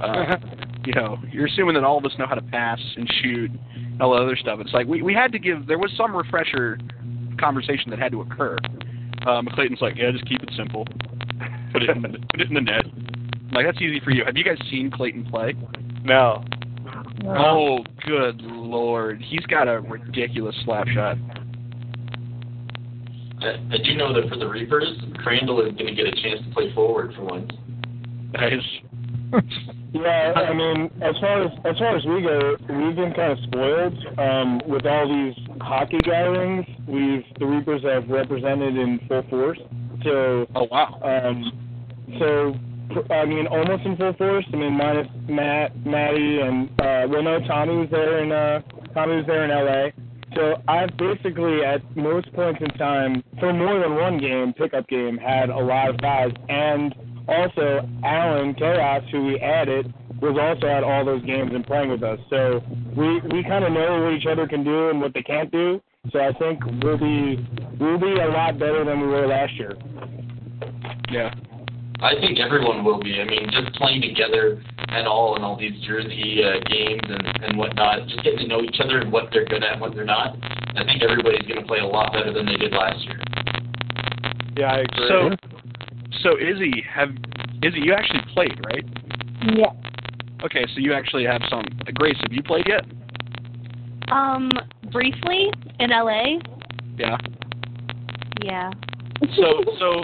S2: Uh, you know, you're assuming that all of us know how to pass and shoot and all the other stuff. It's like we we had to give. There was some refresher conversation that had to occur. Um, Clayton's like, "Yeah, just keep it simple. Put it in the, put it in the net." I'm like that's easy for you. Have you guys seen Clayton play?
S1: No,
S7: No.
S2: Oh, good lord. He's got a ridiculous slap shot.
S4: I, I do know that for the Reapers, Crandall is going to get a chance to play forward for once.
S2: Nice.
S3: Yeah, I mean, as far as as far as we go, we've been kind of spoiled um, with all these hockey gatherings. We've the Reapers have represented in full force, so
S2: Oh, wow.
S3: um, so I mean, almost in full force. I mean, minus Matt, Maddie, and uh, well, no, Tommy was there in uh, Tommy was there in L.A. So I've basically at most points in time for more than one game, pickup game, had a lot of guys, and also Alan Chaos, who we added, was also at all those games and playing with us. So we we kind of know what each other can do and what they can't do. So I think we'll be we'll be a lot better than we were last year.
S2: Yeah.
S4: I think everyone will be. I mean, just playing together at all in all these Jersey uh, games and, and whatnot, just getting to know each other and what they're good at and what they're not, I think everybody's going to play a lot better than they did last year.
S1: yeah, I agree.
S2: So, so Izzy, have Izzy, you actually played, right?
S7: Yeah.
S2: Okay, so you actually have some. Grace, have you played yet?
S8: Um, briefly in LA.
S2: Yeah.
S8: Yeah.
S2: So, so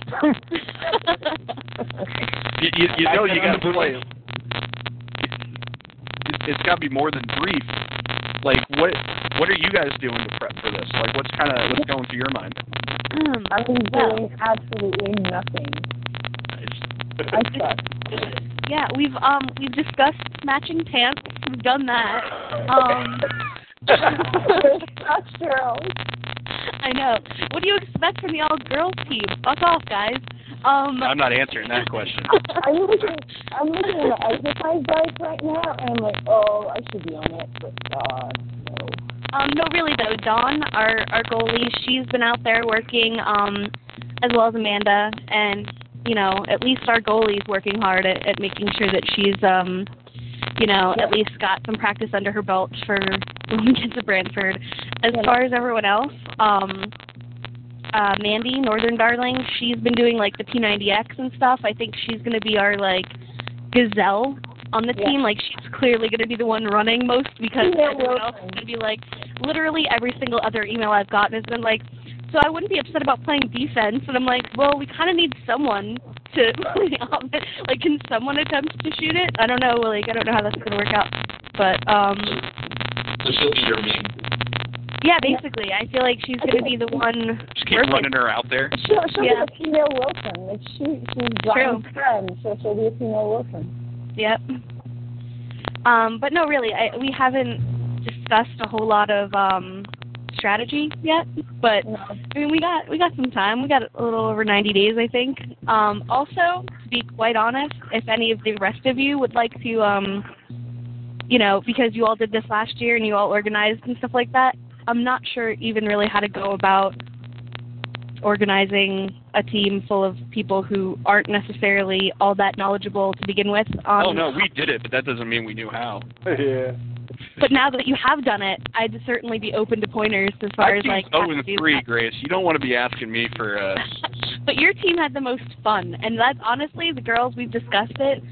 S2: you, you, you know you got to play. It- It's got to be more than brief. Like, what what are you guys doing to prep for this? Like, what's kind of what's going through your mind?
S8: um,
S7: I've been
S8: well,
S7: doing absolutely nothing. I suck.
S8: yeah, we've um we've discussed matching pants. We've done that. Um,
S7: That's true.
S8: I know. What do you expect from the all girls team? Fuck off, guys. Um,
S2: I'm not answering that question.
S7: I'm looking, I'm looking at my exercise bike right now, and I'm like, oh, I should be on it, but God, no.
S8: Um, no, really though, Dawn, our our goalie, she's been out there working, um, as well as Amanda, and you know, at least our goalie's working hard at, at making sure that she's, um, you know, at least got some practice under her belt for when we get to Brantford. As
S7: Yeah.
S8: far as everyone else, um, uh, Mandy Northern Darling. She's been doing like the P90X and stuff. I think she's going to be our like gazelle on the
S7: Yeah.
S8: team. Like she's clearly going to be the one running most because
S7: Email
S8: everyone else is
S7: Wilson.
S8: going to be like literally every single other email I've gotten has been like, so I wouldn't be upset about playing defense. And I'm like, well, we kind of need someone to like, can someone attempt to shoot it? I don't know. Like I don't know how that's going to work out, but um.
S4: So she'll be your main.
S8: Yeah, basically. I feel like she's
S7: I
S8: going to be
S7: think-
S8: the one.
S2: Just keep
S8: Perfect.
S2: running her out there.
S7: She'll, she'll
S8: Yeah.
S7: be a female Wilson. Like she, she's John's friend, so she'll be a female Wilson.
S8: Yep. Um, but no, really, I, we haven't discussed a whole lot of um, strategy yet. But
S7: You know.
S8: I mean, we got we got some time. We got a little over 90 days, I think. Um, also, to be quite honest, if any of the rest of you would like to, um, you know, because you all did this last year and you all organized and stuff like that, I'm not sure even really how to go about organizing a team full of people who aren't necessarily all that knowledgeable to begin with. On,
S2: oh no, we did it, but that doesn't mean we knew how.
S1: yeah.
S8: But now that you have done it, I'd certainly be open to pointers as far
S2: Our
S8: as like
S2: team's
S8: how
S2: 0
S8: to
S2: and
S8: do
S2: 3,
S8: that.
S2: Grace. You don't want to be asking me for. Uh,
S8: but your team had the most fun, and that's honestly the girls we've discussed it.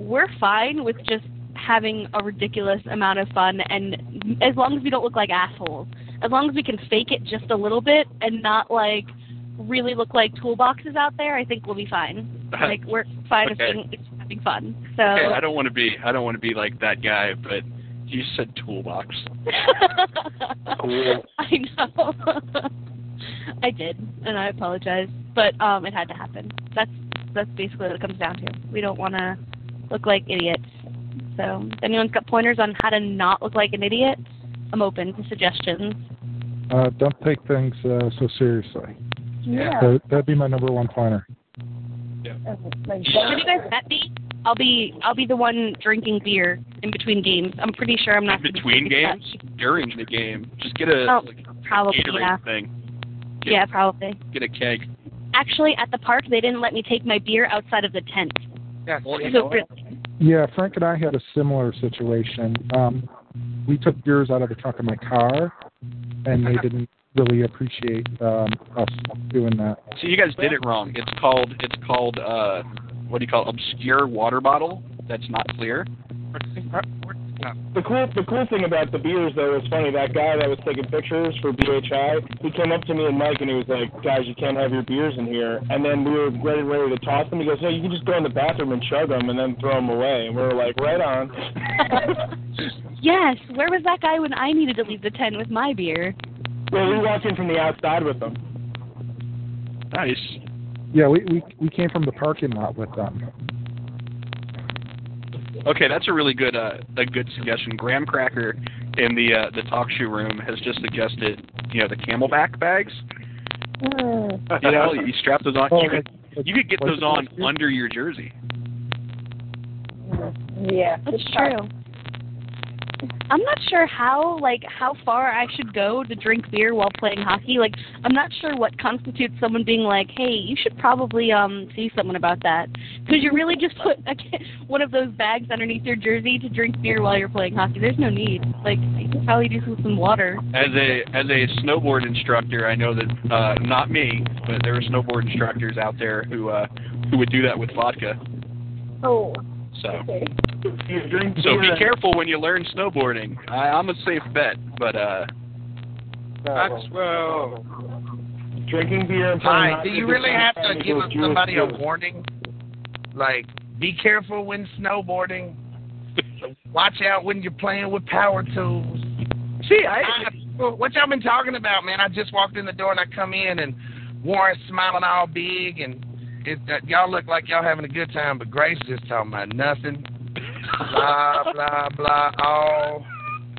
S8: We're fine with just having a ridiculous amount of fun, and as long as we don't look like assholes, as long as we can fake it just a little bit and not like really look like toolboxes out there, I think we'll be fine. Like we're fine with
S2: Uh-huh. Okay.
S8: being it's having fun. So.
S2: okay, I don't want to be. I don't want to be like that guy. But you said toolbox.
S8: I know. I did, and I apologize, but um, it had to happen. That's that's basically what it comes down to. We don't want to look like idiots. So, if anyone's got pointers on how to not look like an idiot, I'm open to suggestions.
S5: Uh, don't take things uh, so seriously.
S7: Yeah.
S5: That, that'd be my number one pointer.
S7: Okay, Like
S8: Have you
S7: that.
S8: guys met me? I'll be I'll be the one drinking beer in between games. I'm pretty sure I'm not
S2: In between
S8: gonna
S2: games, during the game, just get a
S8: Oh,
S2: like,
S8: be- Probably,
S2: Gatorade
S8: yeah,
S2: thing. Get,
S8: yeah, probably.
S2: Get a keg.
S8: Actually, at the park, they didn't let me take my beer outside of the tent.
S6: Yeah.
S2: Well, you know
S8: So
S2: what?
S8: really,
S5: Yeah, Frank and I had a similar situation. Um, we took beers out of the trunk of my car, and they didn't really appreciate um, us doing that.
S2: So you guys did it wrong. It's called it's called uh what do you call it? obscure water bottle that's not clear.
S3: The cool, the cool thing about the beers though was funny. That guy that was taking pictures for BHI, he came up to me and Mike, and he was like, "Guys, you can't have your beers in here." And then we were ready, ready to toss them. He goes, "No, you can just go in the bathroom and chug them, and then throw them away." And we were like, "Right on."
S8: Yes, where was that guy when I needed to leave the tent with my beer?
S3: well, we walked in from the outside with them.
S2: Nice.
S5: Yeah, we, we we came from the parking lot with them.
S2: Okay, that's a really good uh a good suggestion. Graham Cracker in the uh the talk shoe room has just suggested, you know, the camelback bags.
S7: Mm.
S2: You know, you strap those on
S5: Oh,
S2: you could
S5: like-
S2: you could get
S5: like-
S2: those on under your jersey.
S7: Yeah.
S8: That's
S7: it's hard.
S8: true. I'm not sure how like how far I should go to drink beer while playing hockey. Like I'm not sure what constitutes someone being like, "Hey, you should probably um see someone about that." Cuz you really just put a, ca- one of those bags underneath your jersey to drink beer while you're playing hockey. There's no need. Like you can probably do this with some water.
S2: As a as a snowboard instructor, I know that uh not me, but there are snowboard instructors out there who uh who would do that with vodka.
S7: Oh,
S2: So
S7: okay.
S3: You drink
S2: So
S3: beer
S2: be
S3: and-
S2: careful when you learn snowboarding. I, I'm a safe bet, but uh,
S1: Maxwell.
S3: Drinking beer and playing
S6: Hi, do
S3: hockey
S6: you
S3: is
S6: really have
S3: something
S6: to give
S3: with Jewish
S6: somebody a
S3: beers.
S6: warning? Like, be careful when snowboarding. Watch out when you're playing with power tools.
S2: see, I,
S6: I, what y'all been talking about, man? I just walked in the door and I come in and Warren's smiling all big and it, uh, y'all look like y'all having a good time, but Grace just talking about nothing. Blah blah blah all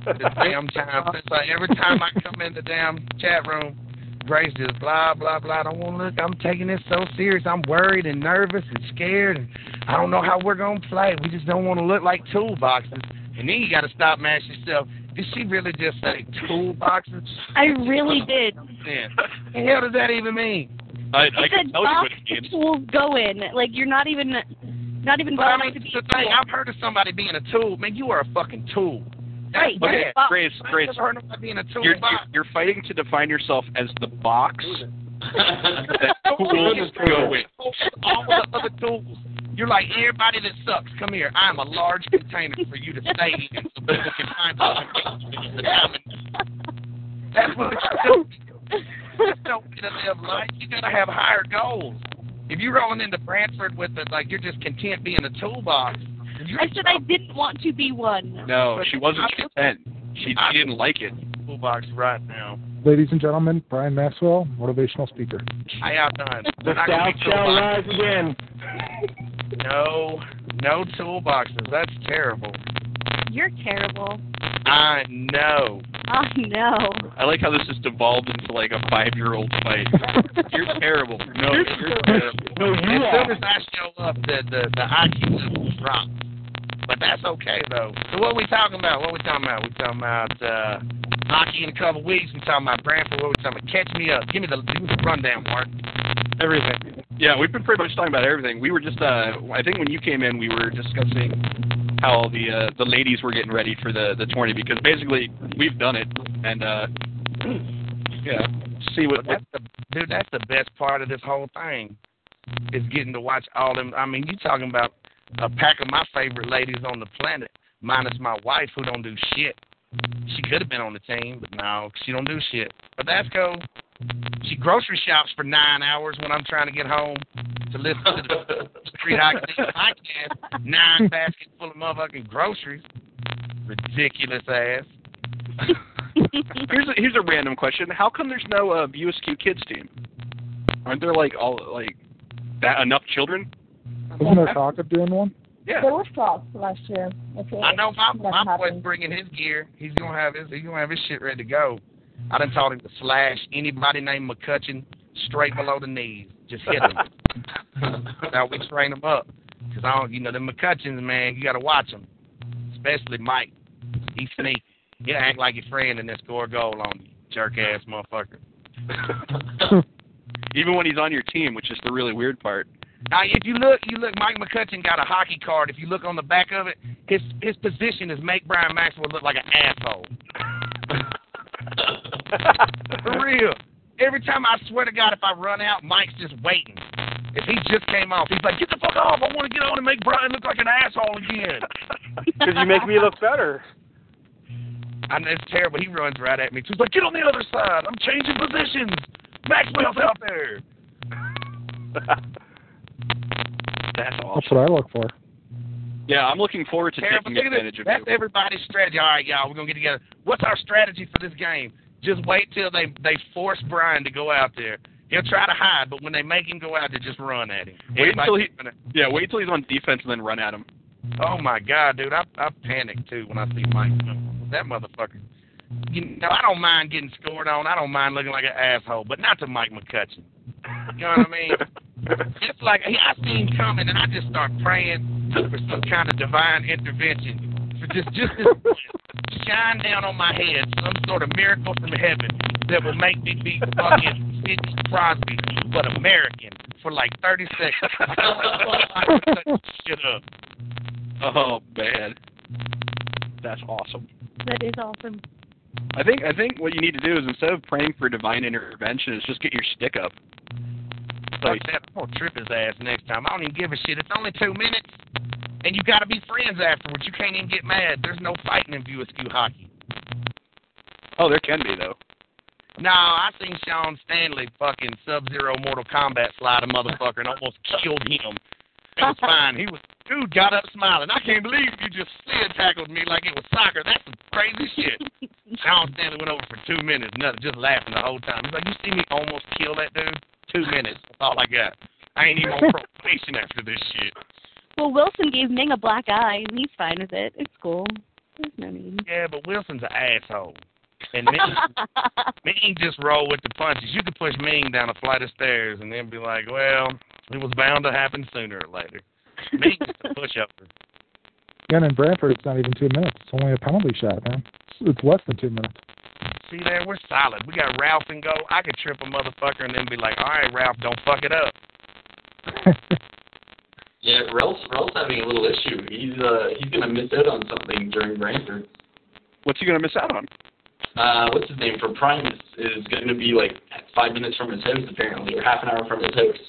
S6: the damn time. It's like every time I come in the damn chat room, Grace just blah blah blah. I don't want to look. I'm taking this so serious. I'm worried and nervous and scared, and I don't know how we're gonna play. We just don't want to look like toolboxes. And then you got to stop and ask yourself, did she really just say toolboxes?
S8: I really did.
S6: Then what the hell does that even mean?
S2: I, I
S8: It
S2: can
S8: said
S2: tell you what
S8: box
S2: it means.
S8: tools go in. Like you're not even not even
S6: But I mean,
S8: bothered to be
S6: the thing I've heard of somebody being a tool. Man, you are a fucking tool. That's
S8: Right.
S2: Okay,
S6: bad.
S8: box.
S2: Grace,
S6: I ain't
S2: Grace,
S6: never heard of somebody being a tool.
S2: you're
S6: box.
S2: you're fighting to define yourself as the box that cool is going.
S5: all the other tools. You're like everybody that sucks. Come here. I'm a large container for you to stay in, so people can find something to get the diamond. That's what you do. That's no way to live life. You gotta have higher goals. If you're rolling into Brantford with it, like you're just content being a toolbox. You're
S8: I said I didn't want to be one.
S2: No, she wasn't content. She, she didn't like it.
S5: a toolbox right now.
S10: Ladies and gentlemen, Brian Maxwell, motivational speaker.
S5: I outdone.
S3: The
S5: We're not
S3: South
S5: gonna be
S3: shall
S5: toolboxes.
S3: rise again.
S5: No, no toolboxes. That's terrible.
S8: You're terrible.
S5: I know.
S8: I know.
S2: I like how this has devolved into like a five-year-old fight. You're terrible. No, you're terrible.
S3: No, you
S5: as soon
S3: are.
S5: as I show up, the the, the IQ level drops. But that's okay though. So what we talking about? What we talking about? We talking about uh, hockey in a couple weeks. We talking about Brantford. What we talking about? Catch me up. Give me the give me the rundown, Mark.
S2: Everything. Yeah, we've been pretty much talking about everything. We were just, uh, I think when you came in, we were discussing how the uh, the ladies were getting ready for the the tourney because basically we've done it and uh, yeah, see what, what
S5: That's the dude. That's the best part of this whole thing is getting to watch all them. I mean, you talking about a pack of my favorite ladies on the planet, minus my wife who don't do shit. She could have been on the team, but no, she don't do shit. But that's cool. She grocery shops for nine hours when I'm trying to get home to listen to the Street Hockey League podcast. Nine baskets full of motherfucking groceries. Ridiculous ass.
S2: here's a, here's a random question. How come there's no uh, BUSQ kids team? Aren't there like all like that enough children?
S10: Wasn't there talk of doing one?
S2: Yeah.
S7: There was talk last year. Okay.
S5: I know my
S7: That's
S5: my boy's
S7: happened.
S5: bringing his gear. He's gonna have his he's gonna have his shit ready to go. I done taught him to slash anybody named McCutcheon straight below the knees. Just hit him. now we train him up. 'Cause I don't, you know, the McCutcheons, man, you gotta watch them. Especially Mike. He sneaky. He'll act like your friend and then score a goal on you, jerk ass motherfucker.
S2: Even when he's on your team, which is the really weird part.
S5: Now, if you look, you look. Mike McCutcheon got a hockey card. If you look on the back of it, his his position is make Brian Maxwell look like an asshole. For real. Every time I swear to God, if I run out, Mike's just waiting. If he just came off, he's like, "Get the fuck off! I want to get on and make Brian look like an asshole again."
S11: Because you make me look better.
S5: I know it's terrible. He runs right at me. too. He's like, "Get on the other side! I'm changing positions. Maxwell's out there."
S2: That's awesome.
S10: That's what I look for.
S2: Yeah, I'm looking forward to
S5: terrible.
S2: taking
S5: Look at
S2: advantage
S5: this.
S2: of
S5: That's
S2: you.
S5: everybody's strategy. All right, y'all, we're gonna get together. What's our strategy for this game? Just wait till they they force Brian to go out there. He'll try to hide, but when they make him go out there, just run at him.
S2: Wait
S5: Everybody's
S2: till he-
S5: gonna-
S2: Yeah, wait till he's on defense and then run at him.
S5: Oh my God, dude! I I panic too when I see Mike. That motherfucker. You know, I don't mind getting scored on. I don't mind looking like an asshole, but not to Mike McCutcheon. You know what I mean? just like I seen him coming, and I just start praying for some kind of divine intervention for just just this one. shine down on my head some sort of miracle from heaven that will make me be fucking Sidney Crosby, but American for like thirty seconds. I cut shit up.
S2: Oh man, that's awesome.
S8: That is awesome.
S2: I think I think what you need to do is instead of praying for divine intervention, is just get your stick up.
S5: Like
S2: Like,
S5: that, I'm gonna trip his ass next time. I don't even give a shit. It's only two minutes, and you gotta be friends afterwards. You can't even get mad. There's no fighting in VSQ hockey.
S2: oh, there can be though.
S5: No, I seen Sean Stanley fucking Sub-Zero Mortal Kombat slide a motherfucker and almost killed him. It was fine. He was dude got up smiling. I can't believe you just slid tackled me like it was soccer. That's some crazy shit. Sean Stanley went over for two minutes, nothing, just laughing the whole time. He's like, you see me almost kill that dude? Two minutes. That's all I got. I ain't even on probation after this shit.
S8: Well, Wilson gave Ming a black eye, and he's fine with it. It's cool. There's no need.
S5: Yeah, but Wilson's an asshole. And Ming, Ming just roll with the punches. You could push Ming down a flight of stairs and then be like, well, it was bound to happen sooner or later. Ming's a push upper.
S10: And in Brantford, it's not even two minutes. It's only a penalty shot, man. It's it's less than two minutes.
S5: See there, we're solid. We got Ralph and go. I could trip a motherfucker and then be like, all right, Ralph, don't fuck it up.
S4: yeah, Ralph's, Ralph's having a little issue. He's uh, he's gonna miss out on something during Brantford.
S2: What's he gonna miss out on?
S4: uh, what's his name for Primus is going to be like five minutes from his house apparently, or half an hour from his house.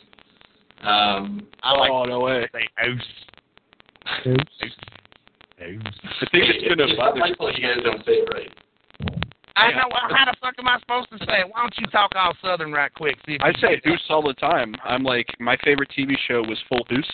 S4: Um, I like.
S2: oh no way!
S6: Say house.
S5: Oops.
S2: I think it's
S4: Hey,
S2: gonna
S4: it's
S2: bother.
S4: unlikely you guys don't say it right.
S6: I know. Well, how the fuck am I supposed to say it? Why don't you talk all southern right quick? See if
S2: I
S6: you
S2: say
S6: can-
S2: Deuce all the time. I'm like my favorite TV show was Full Deuce.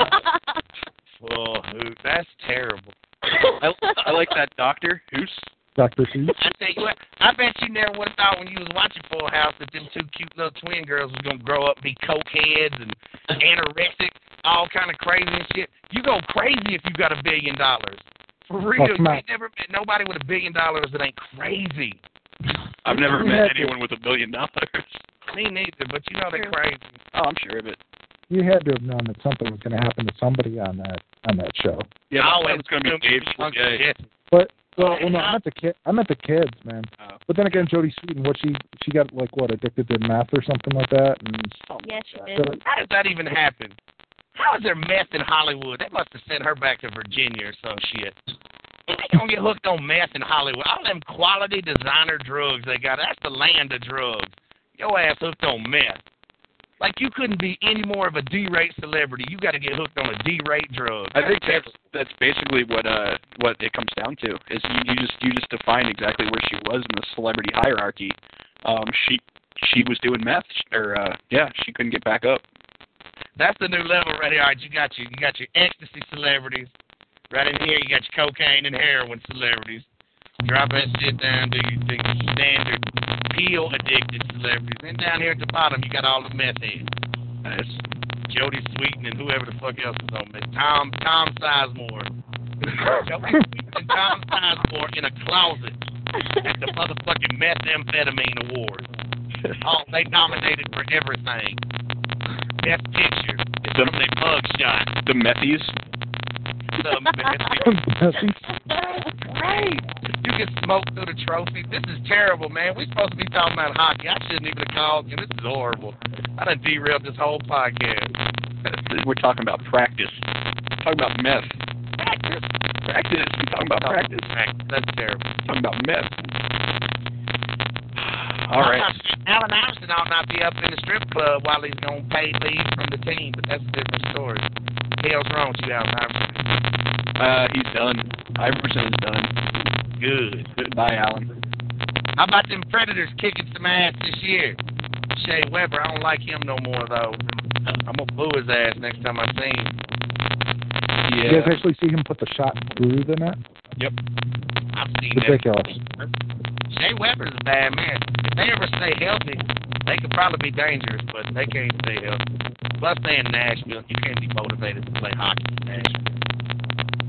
S6: Full hoot. That's terrible.
S2: I, I like that Doctor Hoose.
S5: Dr. Seuss.
S6: I tell you what, I bet you never would have thought when you was watching Full House that them two cute little twin girls was gonna grow up and be cokeheads and anorexic, all kind of crazy and shit. You go crazy if you got a billion dollars. For real,
S5: That's
S6: you
S5: my-
S6: ain't never met nobody with a billion dollars that ain't crazy.
S2: I've never met anyone with a billion dollars.
S6: Me neither, but you know they're
S8: True.
S6: crazy.
S2: Oh, I'm sure of it.
S5: You had to have known that something was going to happen to somebody on that on that show.
S2: Yeah,
S6: I
S2: that
S6: always
S2: one's gonna be
S6: assumed
S2: Dave
S6: it was
S2: Coulier.
S6: Jesse.
S5: But well, well no, I meant the kid. I meant the kids, man.
S2: Oh.
S5: But then again, Jodie Sweetin, what she she got like what addicted to meth or something like that, and
S8: yes, she
S5: so
S8: did.
S6: How does that even happen? How is there meth in Hollywood? They must have sent her back to Virginia or some shit. They gonna get hooked on meth in Hollywood. All them quality designer drugs they got. That's the land of drugs. Your ass hooked on meth. Like you couldn't be any more of a D-rate celebrity. You got to get hooked on a D-rate drug.
S2: I think that's that's basically what uh what it comes down to is you, you just you just define exactly where she was in the celebrity hierarchy. Um, she she was doing meth or uh yeah she couldn't get back up.
S6: That's the new level right here. All right, you got your you got your ecstasy celebrities. Right in here, you got your cocaine and heroin celebrities. Drop that shit down to your, to your standard pill addicted celebrities. And down here at the bottom, you got all the meth heads. That's Jody Sweeten and whoever the fuck else is on meth. Tom Tom Sizemore. Jody Sweeten and Tom Sizemore in a closet at the motherfucking methamphetamine awards. Oh, they nominated for everything. Best picture. It's from their mugshot.
S2: The methies.
S6: The messy Right. You can smoke through the trophy. This is terrible, man. We're supposed to be talking about hockey. I shouldn't even have called you. This is horrible. I done derailed this whole podcast.
S2: uh, We're talking about practice. We're talking about meth.
S6: Practice.
S2: Practice. We're talking about practice.
S6: Practice. That's terrible.
S2: We're talking about meth. All right.
S6: Alan Iverson ought not be up in the strip club while he's on paid leave from the team, but that's a different story. Hell's wrong with you, Alan Iverson.
S2: Uh, he's done. Iverson's done.
S6: Good.
S2: Goodbye, Alan.
S6: How about them Predators kicking some ass this year? Shea Weber, I don't like him no more though. I'm gonna boo his ass next time I see him.
S5: you
S2: Yeah.
S5: guys actually see him put the shot through the net.
S6: I've seen that.
S5: Ridiculous.
S6: Shea Weber's a bad man. If they ever stay healthy, they could probably be dangerous, but they can't stay healthy. Plus, they in Nashville, you can't be motivated to play hockey in Nashville.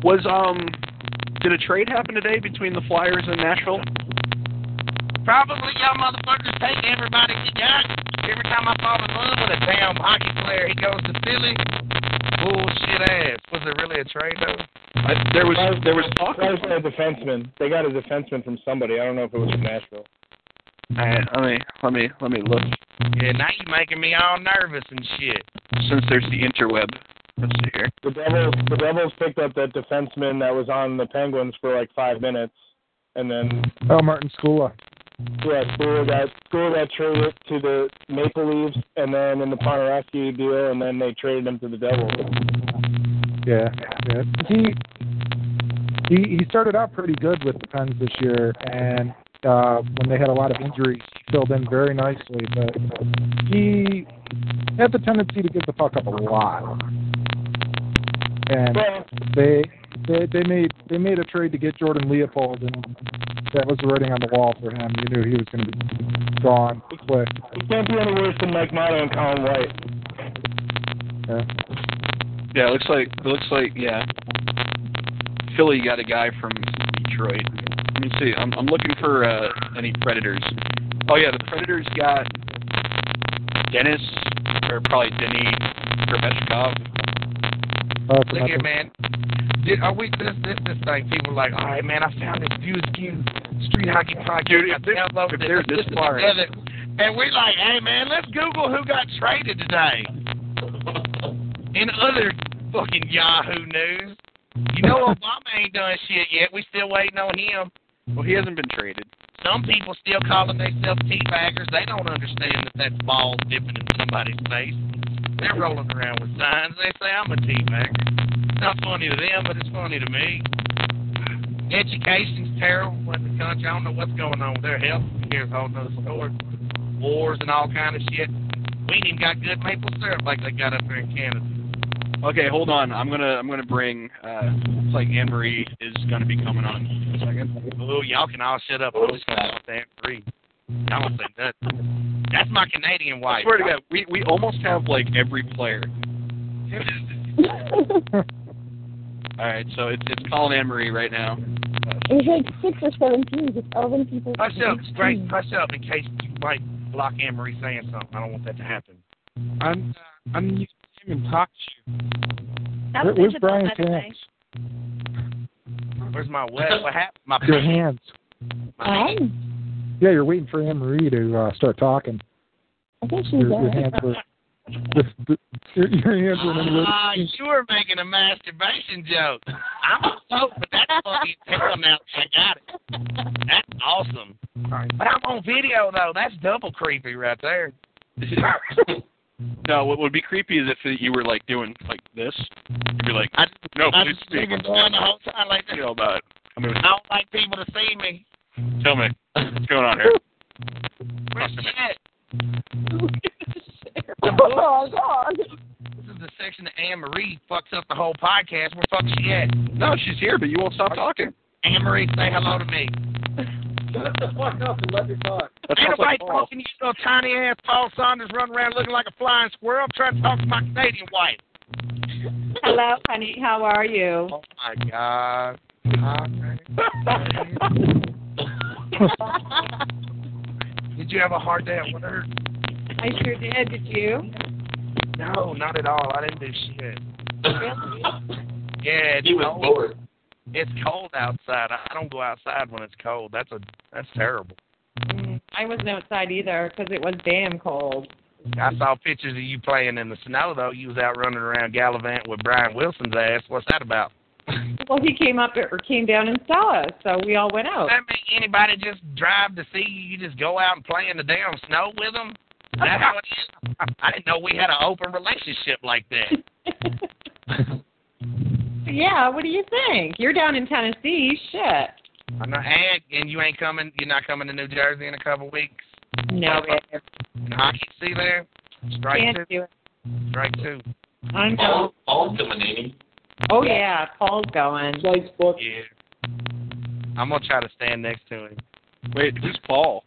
S2: Was um, did a trade happen today between the Flyers and Nashville?
S6: Probably y'all motherfuckers take everybody you got. Every time I fall in love with a damn hockey player, he goes to Philly. Bullshit ass. Was it really a trade though?
S2: I, there was there was talk.
S3: Flyers had a defenseman. They got a defenseman from somebody. I don't know if it was from Nashville.
S2: Alright, let me let me let me look
S6: Yeah, now you making me all nervous and shit.
S2: since there's the interweb. Let's see here.
S3: The Devils. The Devils picked up that defenseman that was on the Penguins for like five minutes, and then
S5: Oh, Martin Skula.
S3: Yeah, Brewer got Brewer got traded to the Maple Leafs, and then in the Ponarowski deal, and then they traded him to the Devils.
S5: Yeah, yeah. He he he started out pretty good with the Pens this year, and uh, when they had a lot of injuries, he filled in very nicely. But he had the tendency to give the puck up a lot, and
S3: Well,
S5: they they they made they made a trade to get Jordan Leopold, and that was the writing on the wall for him. You knew he was going to be gone quick.
S3: he can't be any worse than Mike Motto and Colin White.
S5: Yeah.
S2: Yeah, it looks like it looks like yeah. Philly got a guy from Detroit. Let me see. I'm I'm looking for uh, any Predators. Oh yeah, the Predators got Dennis or probably Denis Kriveshkov.
S5: Uh, so
S6: Look
S5: that's
S6: here, man. Did, are we this this this thing? People like, all right, man, I found this Views Q street hockey podcast.
S2: Dude, if
S6: I
S2: there-
S6: downloaded
S2: if
S6: it.
S2: there's this
S6: Listen
S2: far-
S6: together. and we like, hey man, let's Google who got traded today. In other fucking Yahoo news, you know Obama ain't done shit yet. We still waiting on him.
S2: Well, he hasn't been traded.
S6: Some people still calling themselves teabaggers. They don't understand that that's balls dipping in somebody's face. They're rolling around with signs. They say, I'm a teabagger. It's not funny to them, but it's funny to me. Education's terrible in the country. I don't know what's going on with their health. Here's a whole nother story. Wars and all kind of shit. We ain't even got good maple syrup like they got up there in Canada.
S2: Okay, hold on. I'm gonna I'm gonna bring. Uh, looks like Anne Marie is gonna be coming on in a second.
S6: Ooh, y'all can all shut up. I'm just going to talk to Anne Marie. I won't say nothing. That's my Canadian wife.
S2: I swear to God, we we almost have like every player. All right, so it's it's calling Anne Marie right now.
S7: It's like six or seven teams. It's eleven people.
S6: Hush up,
S7: each
S6: Grace.
S7: team.
S6: Hush up in case you might block Anne Marie saying something. I don't want that to happen.
S12: I'm uh, I'm using him and talk to you.
S8: That
S5: Where-
S8: was
S5: where's
S8: Isabel,
S5: Brian
S8: by the way.
S5: Tanks?
S6: Where's my what? What happened? My
S5: Your hands.
S6: my-
S7: Um,
S5: Yeah, you're waiting for Anne Marie to uh, start talking.
S7: I think she's
S5: Your, your
S7: there.
S5: hands were. The, the, your, your hands were in the
S6: Ah, you were making a masturbation joke. I'm a joke, but that's fucking hell now. I got it. That's awesome. But I'm on video though. That's double creepy right there.
S2: no, what would be creepy is if you were like doing like this. You'd be like, no,
S6: I'm
S2: please
S6: just
S2: speak.
S6: looking down the whole time like
S2: You
S6: this.
S2: know about. It. I mean,
S6: I don't like people to see me.
S2: tell me what's going on here.
S6: Where's Chet?
S7: Oh God!
S6: This is the section that Anne Marie fucks up the whole podcast. Where fuck she at?
S2: No, she's here, but you won't stop talking.
S6: Anne Marie, say hello to me.
S9: Shut the fuck up and let me talk.
S2: That
S6: Ain't
S2: sounds
S6: nobody
S2: like Paul.
S6: talking to you, little tiny ass Paul Saunders running around looking like a flying squirrel trying to talk to my Canadian wife.
S13: Hello, honey. How are you?
S6: Oh my God. Did you have a hard day at work?
S13: I sure did. Did you?
S6: No, not at all. I didn't do shit. Yeah, it's
S4: he was
S6: cold.
S4: bored.
S6: It's cold outside. I I don't go outside when it's cold. That's a that's terrible.
S13: Mm, I wasn't outside either because it was damn cold.
S6: I saw pictures of you playing in the snow though. You was out running around gallivant with Brian Wilson's ass. What's that about?
S13: Well, he came up or came down and saw us, so we all went out.
S6: I mean, anybody just drive to see you. You just go out and play in the damn snow with them. That's how it is. I didn't know we had an open relationship like that.
S13: yeah. What do you think? You're down in Tennessee. Shit.
S6: I'm not, and, and you ain't coming. You're not coming to New Jersey in a couple weeks.
S13: No,
S6: Rick. And hockey, see there. Strike
S13: can't
S6: two.
S13: do it.
S6: Strike two.
S13: I'm going.
S4: Paul, Paul's coming, Amy.
S13: Oh yeah, Paul's going.
S9: Thanks, book.
S6: Yeah. I'm gonna try to stand next to him.
S2: Wait, who's Paul?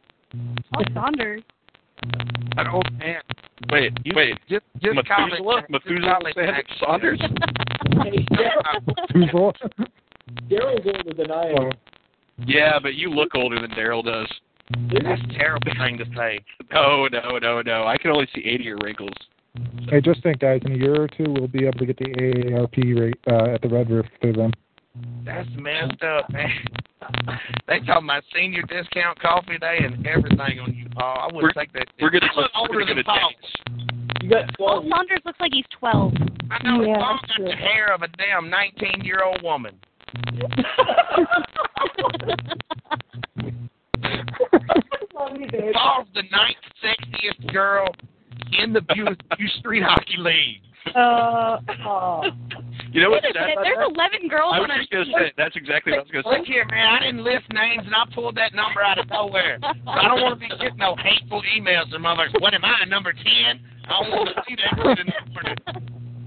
S8: Paul Saunders.
S2: An old man. Wait,
S6: You-
S2: wait.
S6: Just, just call it. just
S2: Methuselah? Methuselah
S6: call it
S2: said
S6: back.
S2: Saunders?
S9: Hey, Daryl-
S5: loop.
S9: Daryl's older than I
S5: Oh,
S9: am.
S2: Yeah, but you look older than Daryl does.
S6: That's a terrible thing to say.
S2: No, no, no, no. I can only see 80 year wrinkles.
S5: Hey, just think, guys. In a year or two, we'll be able to get the AARP rate uh, at the Red Roof through them.
S6: That's messed up, man. They talking about senior discount coffee day and everything on you, Paul. I wouldn't
S2: We're-
S6: take that. shit.
S2: We're gonna
S6: I look
S2: we're
S6: older
S2: gonna
S6: than Paul.
S2: dance.
S9: You got
S8: Paul
S9: 12 years.
S8: Saunders looks like he's 12.
S6: I know
S7: Yeah,
S6: Paul got the
S7: that's true.
S6: hair of a damn 19 year old woman. Paul's the ninth sexiest girl in the Bu Bu Street Hockey League.
S13: Uh,
S7: Oh.
S2: You know
S8: Wait
S2: what's
S8: a
S2: sad about
S8: minute, there's
S2: that?
S8: 11 girls
S2: I was
S8: on our
S2: just gonna say that's exactly what I was gonna
S6: Look
S2: say.
S6: here, man. I didn't list names and I pulled that number out of nowhere. I don't want to be getting no hateful emails from others. What am I, number 10? I don't want to see that shit in the morning.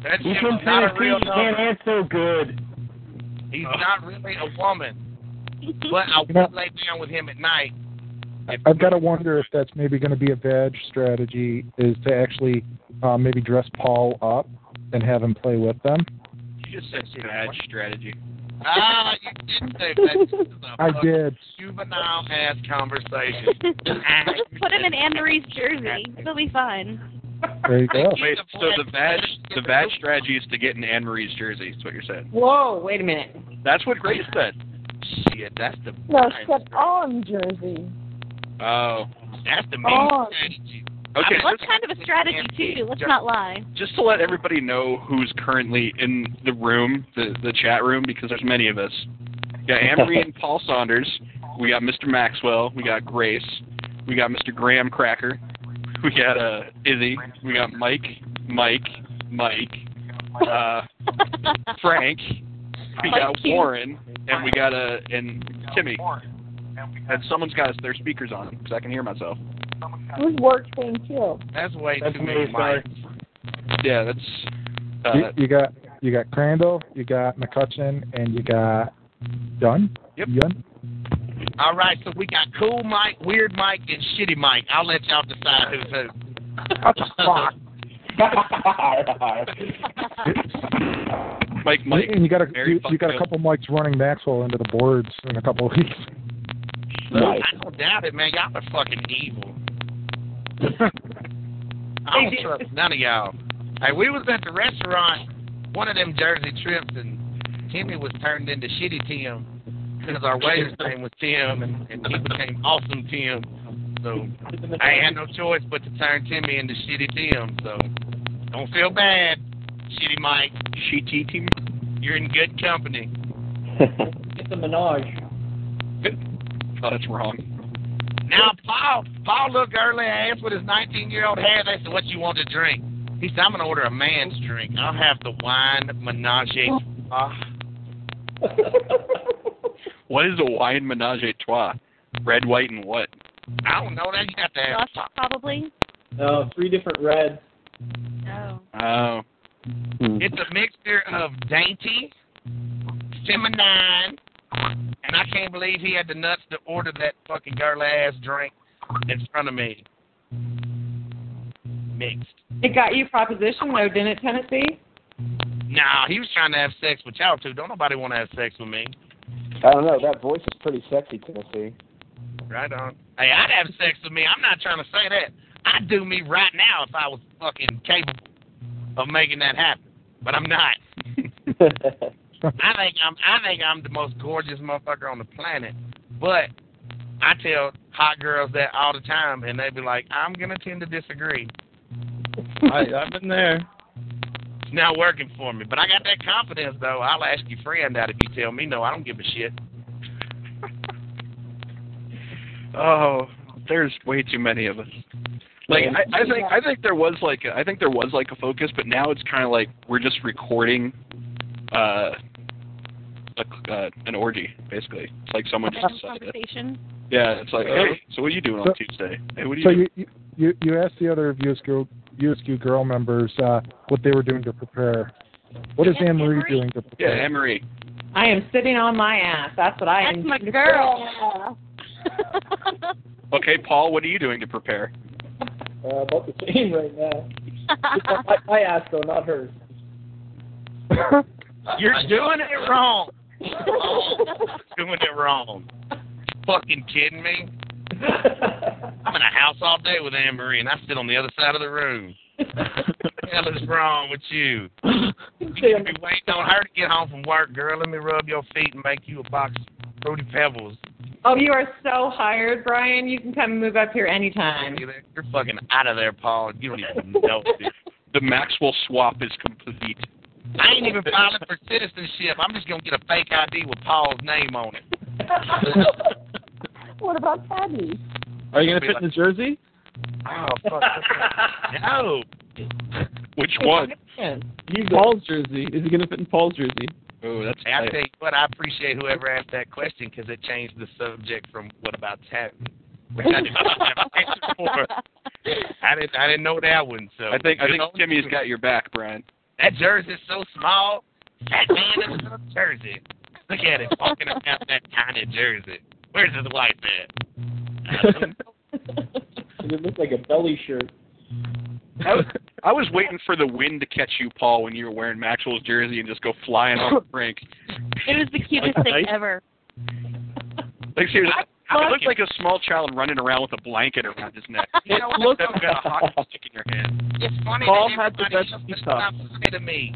S6: That shit was not a real number.
S3: Can't so good.
S6: He's
S2: Uh,
S6: not really a woman, but I
S5: You know-
S6: would lay down with him at night.
S5: I've got to wonder if that's maybe going to be a badge strategy is to actually uh, maybe dress Paul up and have him play with them.
S2: You just said bad strategy.
S6: Ah, you did say that. This is a
S5: I
S6: fucking
S5: did.
S6: Juvenile ass conversation.
S8: Just put him in Anne Marie's jersey. It'll be fun.
S5: There you go.
S2: Wait, so the bad the bad strategy is to get in Anne Marie's jersey. Is what you're saying?
S13: whoa, wait a minute.
S2: That's what Grace said.
S6: Shit, that's the
S7: No, set on jersey.
S2: Oh,
S6: that's the main
S7: Oh.
S6: strategy.
S2: okay.
S6: I mean,
S8: That's kind of a strategy, too. Let's not lie.
S2: Just to let everybody know who's currently in the room, the the chat room, because there's many of us. Yeah, Anne Marie and Paul Saunders, We got Mr. Maxwell. We got Grace. We got Mr. Graham Cracker. We got uh, Izzy. We got Mike. Mike. Mike. Uh, Frank. We got Warren, and we got uh, and Timmy. And someone's got their speakers on because I can hear myself.
S7: Who's work saying chill?
S6: That's way
S3: That's
S6: too
S3: me,
S6: many
S3: sorry.
S6: mics.
S2: Yeah, that's. Uh,
S5: you, you got you got Crandall, you got McCutcheon, and you got Dunn.
S6: Yep.
S5: Dunn.
S6: All right, so we got cool Mike, weird Mike, and shitty Mike. I'll let y'all decide who's who.
S3: What the fuck?
S2: Mike, Mike,
S5: and you got a
S2: very
S5: you, you got a
S2: fucking
S5: couple mics running Maxwell into the boards in a couple of weeks.
S6: I don't doubt it, man. Y'all are fucking evil. I don't trust none of y'all. Hey, we was at the restaurant, one of them Jersey trips, and Timmy was turned into Shitty Tim because our waiter's name was Tim, and, and he became Awesome Tim. So I had no choice but to turn Timmy into Shitty Tim. So don't feel bad, Shitty Mike.
S2: Shitty Tim.
S6: You're in good company.
S9: It's a menage.
S2: Oh, that's wrong.
S6: Now, Paul, Paul looked early and asked with his 19-year-old head, they said, what you want to drink? He said, I'm going to order a man's drink. I'll have the wine menage. a trois."
S2: What is a wine menage a trois? Red, white, and what?
S6: I don't know that. You have to ask. Paul.
S8: probably.
S9: No, three different reds.
S8: Oh.
S2: Oh,
S6: It's a mixture of dainty, feminine, and I can't believe he had the nuts to order that fucking girl-ass drink in front of me. Mixed.
S13: It got you proposition though, didn't it, Tennessee?
S6: Nah, he was trying to have sex with y'all two. Don't nobody want to have sex with me.
S14: I don't know. That voice is pretty sexy, Tennessee.
S6: Right on. Hey, I'd have sex with me. I'm not trying to say that. I'd do me right now if I was fucking capable of making that happen. But I'm not. I think I'm I think I'm the most gorgeous motherfucker on the planet. But I tell hot girls that all the time and they be like, I'm gonna tend to disagree.
S2: Uh,
S12: I, I've been there.
S6: It's not working for me. But I got that confidence though. I'll ask your friend out if you tell me no, I don't give a shit.
S2: Oh, there's way too many of us. Like I, I think I think there was like a, I think there was like a focus, but now it's kind of like we're just recording uh, a, uh an orgy basically. It's like someone just decided. it.
S8: Conversation.
S2: Yeah, it's like hey,
S12: Uh,
S2: so what are you doing on
S5: So-
S2: Tuesday? Hey, what are you
S5: So
S2: doing?
S5: you you- you you asked the other USQ USQ girl members uh, what they were doing to prepare. What is
S8: Yes,
S5: Anne Marie
S8: Anne-Marie.
S5: doing to
S2: yeah,
S5: prepare?
S2: Anne Marie.
S13: I am sitting on my ass. That's what I
S8: That's
S13: am.
S8: my girl.
S7: Yeah.
S2: Okay, Paul, what are you doing to prepare?
S9: Uh, about the same right now. Just on my, my ass though, not hers.
S6: You're doing it wrong. doing it wrong. Fucking kidding me? I'm in a house all day with Anne Marie, and I sit on the other side of the room. What the hell is wrong with you? You should be waiting on her to get home from work, girl. Let me rub your feet and make you a box of fruity pebbles.
S13: Oh, you are so hired, Brian. You can come and move up here anytime.
S6: You're fucking out of there, Paul. You don't even know. dude.
S2: The Maxwell swap is complete.
S6: I ain't even filing for citizenship. I'm just gonna get a fake ID with Paul's name on it.
S7: what about Tabby?
S12: Are you gonna
S6: Be
S12: fit in the jersey?
S6: Oh fuck! no.
S2: Which one?
S12: Paul's jersey. Is he gonna fit in Paul's jersey?
S2: Oh, that's
S6: Hey, I tell you what, I appreciate whoever asked that question because it changed the subject from what about Tabby, which I didn't have an answer for. I didn't, I didn't know that one. So
S2: I think I
S6: You know,
S2: think Timmy's got your back, Brian.
S6: that jersey's so small. That man in the jersey. Look at him walking around that tiny jersey. Where's his wife at? I don't know.
S9: It looks like a belly shirt.
S2: I was, I was waiting for the wind to catch you, Paul, when you were wearing Maxwell's jersey and just go flying off the brink.
S8: It was the cutest
S12: Like
S8: thing
S12: ice?
S8: ever.
S2: Like seriously,
S6: I
S2: it
S6: love
S2: looked
S6: it.
S2: like a small child running around with a blanket around his neck.
S12: It
S6: know what?
S12: looks
S2: Except you got a hockey stick in your hand.
S6: It's
S12: Mm-hmm.
S6: funny
S12: Paul
S6: that
S12: had the
S6: everybody
S12: best
S6: else
S12: piece
S6: is
S12: up.
S6: not funny to me.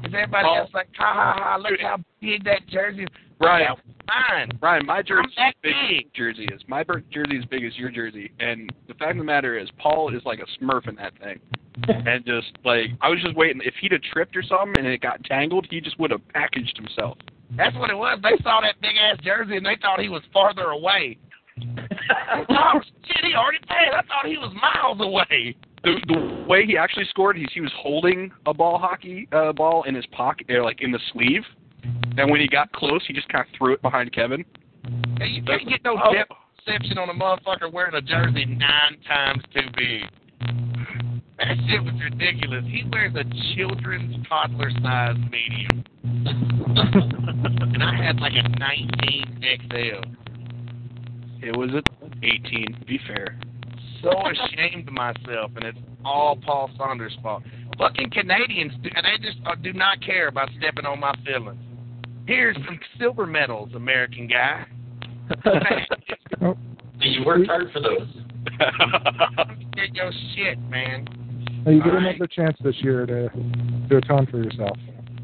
S6: Is everybody
S2: Paul-
S6: else like, ha ha ha, look how big that jersey is.
S2: Right.
S6: Mine.
S2: Brian, my jersey
S6: I'm that
S2: big as
S6: big.
S2: your jersey is. My bir- jersey is big as your jersey, and the fact of the matter is, Paul is like a Smurf in that thing. and just like I was just waiting, if he'd have tripped or something and it got tangled, he just would have packaged himself.
S1: That's what it was. They saw that big ass jersey and they thought he was farther away. oh shit! He already played. I thought he was miles away.
S2: The, the way he actually scored, he's, he was holding a ball hockey uh, ball in his pocket, or like in the sleeve, and when he got close, he just kind of threw it behind Kevin.
S1: Hey, you can't get no
S2: Oh.
S1: depth perception on a motherfucker wearing a jersey nine times too big. That shit was ridiculous. He wears a children's toddler size medium. and I had like a 19 XL.
S2: It was at 18. to Be fair.
S1: So ashamed of myself, and it's all Paul Saunders' fault. Fucking Canadians, do, and they just uh, do not care about stepping on my feelings. Here's some silver medals, American guy.
S5: Oh,
S15: You worked hard for those.
S1: Get your shit, man.
S5: Now you get another chance this year to to atone for yourself.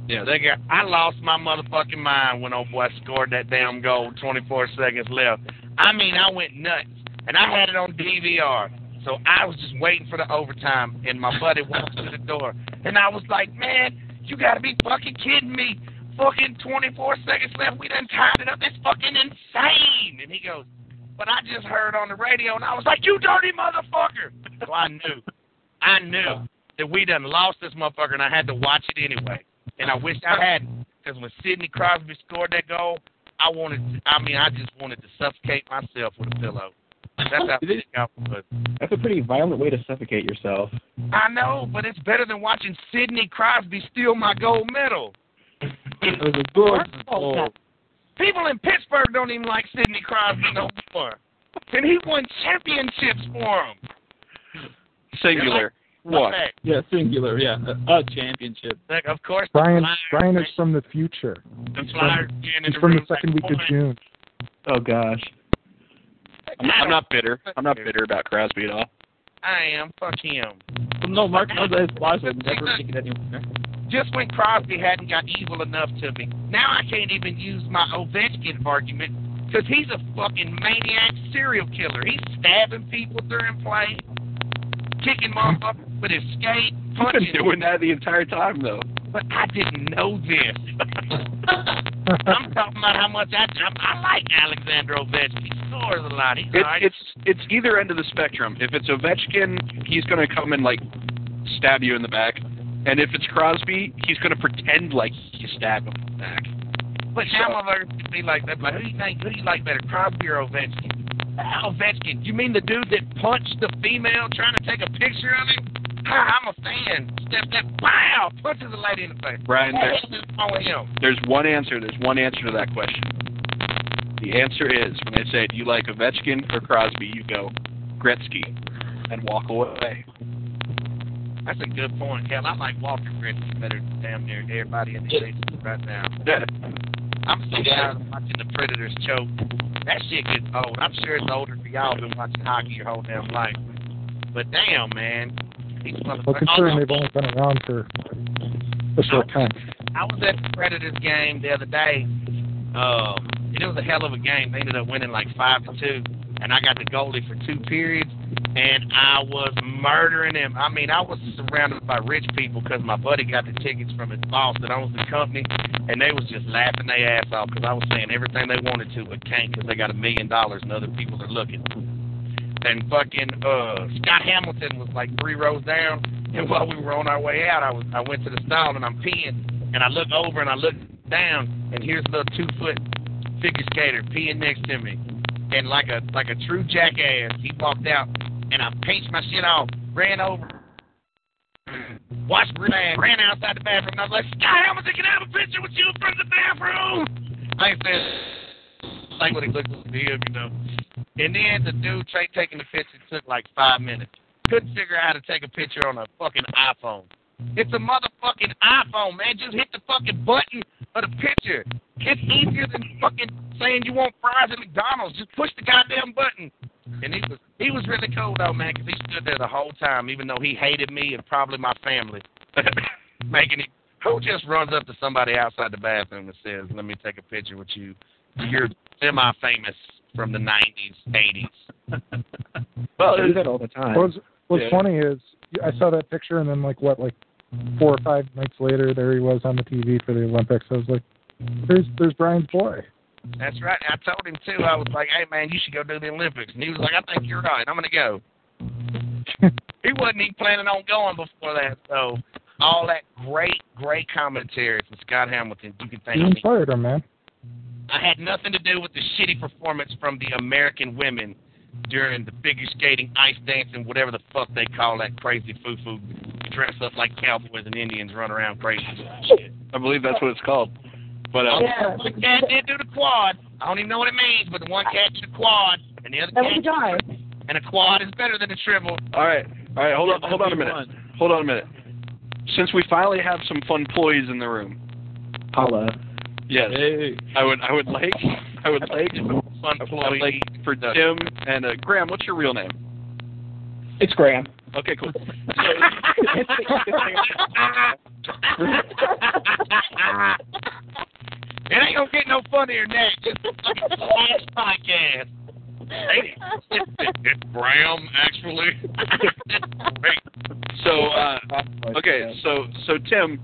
S1: Yeah, they got. I lost my motherfucking mind when old boy scored that damn goal. with 24 seconds left. I mean, I went nuts, and I had it on DVR. So I was just waiting for the overtime, and my buddy walked through the door, and I was like, "Man, you gotta be fucking kidding me! Fucking 24 seconds left. We done tied it up. It's fucking insane!" And he goes, "But I just heard on the radio, and I was like, you dirty motherfucker!" So I knew, I knew that we done lost this motherfucker, and I had to watch it anyway and I wish I hadn't. Because when Sidney Crosby scored that goal, I wanted. To, I mean, I just wanted to suffocate myself with a pillow. That's how big I was.
S4: That's a pretty violent way to suffocate yourself.
S1: I know, but it's better than watching Sidney Crosby steal my gold medal.
S4: It was a gorgeous goal.
S1: People in Pittsburgh don't even like Sidney Crosby no more, and he won championships for him.
S4: Singular.
S1: What?
S4: Yeah, singular. Yeah, a, a championship.
S1: Like, of course,
S5: Brian Brian is from the future.
S1: the
S4: Flyers
S1: being
S5: He's from the second week of June.
S4: Oh gosh.
S2: I'm, I'm not bitter. I'm not bitter about Crosby at all.
S1: I am. Fuck him.
S4: No, Oh, Mark knows that his Flyers would never make it anywhere.
S1: just when Crosby hadn't got evil enough to me. Now I can't even use my Ovechkin argument because he's a fucking maniac serial killer. He's stabbing people during play, kicking motherfuckers with his skate,
S2: I've been
S1: punching.
S2: doing that the entire time though.
S1: But I didn't know this. I'm talking about how much I, I, I like Alexander Ovechkin. He scores a lot. He's
S2: It,
S1: all right.
S2: it's it's either end of the spectrum. If it's Ovechkin, he's going to come and like stab you in the back, and if it's Crosby, he's going to pretend like he stabbed him in the back.
S1: But now motherfuckers can be like that. But who do you think? Who do you like better, Crosby or Ovechkin? Ah, Ovechkin. You mean the dude that punched the female trying to take a picture of him? Ha, I'm a fan. Step that, wow, punches the lady in the face.
S2: Brian,
S1: What
S2: there's-
S1: the hell is wrong with him?
S2: There's one answer. There's one answer to that question. The answer is when they say, "Do you like Ovechkin or Crosby?" You go Gretzky, and walk away.
S1: That's a good point. Hell, I like Walter Griffin better than damn near everybody in the league right now. I'm so tired of watching the Predators choke. That shit gets old. I'm sure it's older for y'all been watching hockey your whole damn life. But damn, man. These
S5: Well,
S1: motherfuckers.
S5: considering they've only been around for a short time.
S1: I was at the Predators game the other day. Uh, and it was a hell of a game. They ended up winning like five to two, and I got the goalie for two periods, and I was murdering him. I mean, I was surrounded by rich people because my buddy got the tickets from his boss that owns the company, and they was just laughing their ass off because I was saying everything they wanted to, but can't because they got a million dollars and other people are looking. And fucking uh, Scott Hamilton was like three rows down, and while we were on our way out, I was I went to the stall and I'm peeing, and I look over and I look down, and here's a little two foot figure skater peeing next to me, and like a like a true jackass, he walked out, and I pinched my shit off, ran over, watched real bad, ran outside the bathroom, and I was like, Scott Hamilton, can I have a picture with you in front of the bathroom? I said, like what it looked like to him, you know. And then the dude tra- taking the picture took like five minutes. Couldn't figure out how to take a picture on a fucking iPhone. It's a motherfucking iPhone, man. Just hit the fucking button of the picture. It's easier than fucking saying you want fries at McDonald's. Just push the goddamn button. And he was he was really cool though, man, 'cause he stood there the whole time, even though he hated me and probably my family, making it. Who just runs up to somebody outside the bathroom and says, "Let me take a picture with you"? You're semi-famous from the '90s, '80s.
S4: Well, they do that all the time.
S5: What's what's
S4: Yeah.
S5: funny is I saw that picture and then like what like four or five nights later there he was on the TV for the Olympics. I was like, There's there's Brian's boy.
S4: That's right. I told him too. I was like, "Hey man, you should go do the Olympics," and he was like, "I think you're right. I'm gonna go." he wasn't even planning on going before that, so all that great, great commentary from Scott Hamilton. You can thank
S5: You
S4: me.
S5: inspired him, man.
S4: I had nothing to do with the shitty performance from the American women during the figure skating, ice dancing, whatever the fuck they call that crazy foo foo dress up like cowboys and Indians, run around crazy.
S2: I believe that's what it's called. But uh,
S4: Yeah. The cat did do the quad. I don't even know what it means, but the one cat did the quad, and the other
S2: That was
S4: cat.
S2: a dive.
S4: And a quad is better than a triple.
S2: all right, all right, hold on, hold on a minute, hold on a minute. Since we finally have some fun ploys in the room,
S1: Holla.
S2: yes, I would, I would like, I would like,
S4: fun
S2: I would like for Jim and uh, Graham. What's your real name?
S1: It's Graham.
S2: Okay, cool.
S4: It ain't gonna get no funnier next. This is fucking the last podcast. Hey, it's Graham, actually.
S2: So uh, okay, so so Tim,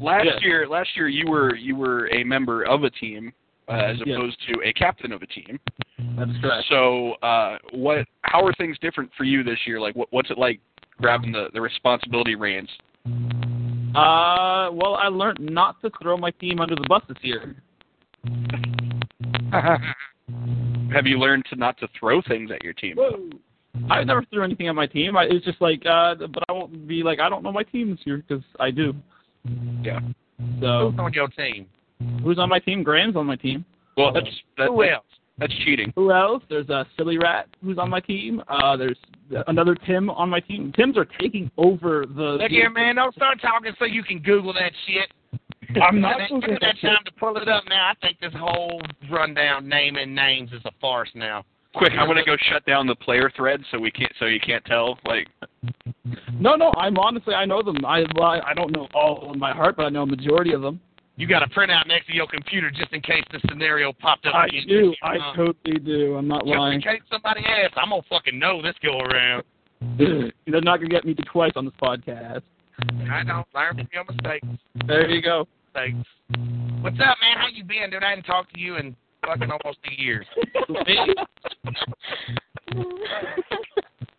S2: last year last year you were you were a member of a team uh, as
S1: Yes.
S2: opposed to a captain of a team.
S1: That's correct.
S2: So uh, what how are things different for you this year? Like what what's it like grabbing the the responsibility reins?
S1: Uh, well, I learned not to throw my team under the bus this year.
S2: Have you learned to not to throw things at your team?
S1: I never threw anything at my team. I, it's just like, uh, but I won't be like, I don't know my team this year because I do.
S2: Yeah.
S1: So
S4: Who's on your team?
S1: who's on my team? Graham's on my team.
S2: Well, that's that,
S1: Who
S2: that's,
S1: else?
S2: that's cheating.
S1: Who else? There's uh, Silly Rat who's on my team. Uh, there's another Tim on my team. Tims are taking over the.
S4: Look here, man. Don't start talking so you can Google that shit.
S1: I'm not
S4: It ain't
S1: Googling
S4: that
S1: that
S4: time to pull it up now. I think this whole rundown naming names is a farce now.
S2: Quick, I'm gonna go shut down the player thread so we can't so you can't tell. Like
S1: No, no. I'm honestly, I know them. I well, I don't know all in my heart, but I know a majority of them.
S4: You got a printout next to your computer just in case the scenario popped up
S1: I
S4: again.
S1: Oh, do. I
S4: Uh,
S1: totally do. I'm not
S4: Just
S1: lying.
S4: in case somebody asks, I'm gonna fucking know this go around.
S1: They're not gonna get me twice on this podcast.
S4: I don't learn from your mistakes.
S1: There you go.
S4: Thanks. What's up, man? How you been, dude? I haven't talked to you in fucking almost a year.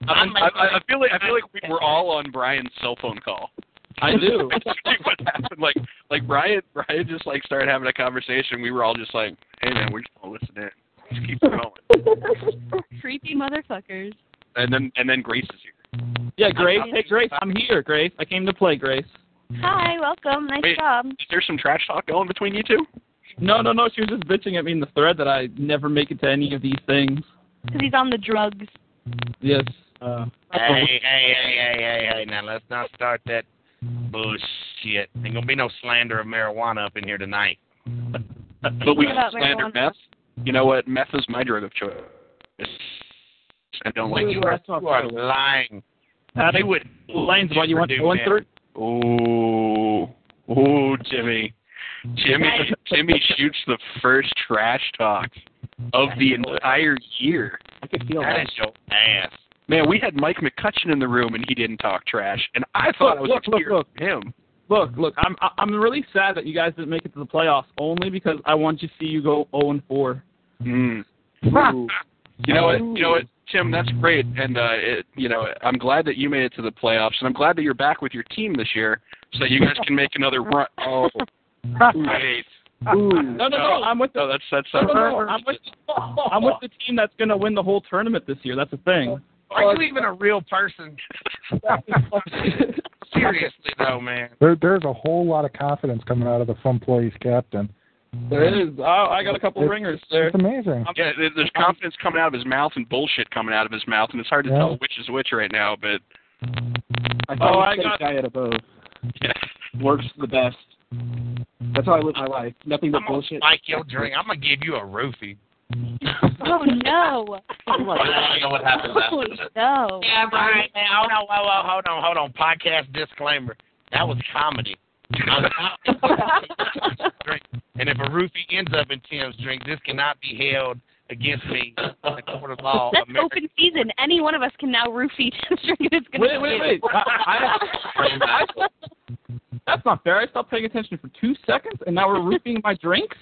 S2: I, I, I feel like I feel like we were all on Brian's cell phone call.
S1: I do.
S2: Basically what happened? Like like Brian Brian just like started having a conversation. We were all just like, hey man, we're just gonna listen in. Just keep going.
S8: Creepy motherfuckers.
S2: And then and then Grace is here.
S1: Yeah, Grace. Hey, Grace. I'm here, Grace. I came to play, Grace.
S8: Hi, welcome. Nice
S1: Wait.
S8: job.
S2: Is there some trash talk going between you two?
S1: No, no, no. She was just bitching at me in the thread that I never make it to any of these things.
S8: Because he's on the drugs.
S1: Yes. Uh,
S4: Hey, hey, hey, hey, hey, hey! Now let's not start that bullshit. Ain't gonna be no slander of marijuana up in here tonight.
S2: But we
S4: What
S2: can
S4: about
S2: slander
S4: marijuana?
S2: meth. You know what? Meth is my drug of choice. I don't like
S4: you
S2: it.
S4: are, you are lying. They would.
S1: Lanes, why do you want
S2: do
S1: to go
S2: meth.
S1: through?
S2: Ooh, ooh, Jimmy, Jimmy, Jimmy shoots the first trash talk of the entire year.
S1: I could feel
S4: That is your ass.
S2: Man, we had Mike McCutcheon in the room and he didn't talk trash, and I thought I was
S1: look, look,
S2: here
S1: look.
S2: for him.
S1: Look, look. I'm I- I'm really sad that you guys didn't make it to the playoffs only because I want to see you go 0 and 4.
S2: Mm. You know what? You know what, Tim? That's great, and uh, it, you know I'm glad that you made it to the playoffs, and I'm glad that you're back with your team this year, so that you guys can make another run. Oh, wait.
S1: No, no, no. I'm with
S2: the, no, that's that's
S1: No, no, no, I'm with I'm with the team that's gonna win the whole tournament this year. That's the thing.
S4: Are you even a real person? Seriously though, man.
S5: There there's a whole lot of confidence coming out of the fun plays captain.
S1: There is. Oh, I got a couple
S5: It's-
S1: ringers there.
S5: It's amazing.
S2: Yeah, there- there's confidence coming out of his mouth and bullshit coming out of his mouth, and it's hard to
S5: Yeah.
S2: tell which is which right now. But
S1: Oh, I
S6: Oh,
S2: thought you said
S1: diet of both.
S2: yeah,
S1: Works the best. That's how I live my life. Nothing but bullshit.
S4: Like your drink. I'm gonna give you a roofie.
S8: Oh no.
S4: I don't know what happened
S8: Oh no.
S4: Yeah, Brian. Man, hold on, whoa, whoa, hold on, hold on. Podcast disclaimer. That was comedy. I'm not- drink. and if a roofie ends up in Tim's drink, this cannot be held against me in the court of
S16: Oh.
S4: law.
S8: That's
S4: America.
S8: open season. Any one of us can now roofie Tim's drink. and It's gonna
S1: Wait, wait, wait. I, I,
S16: that's not fair. I stopped paying attention for two seconds, and now we're roofing my drinks.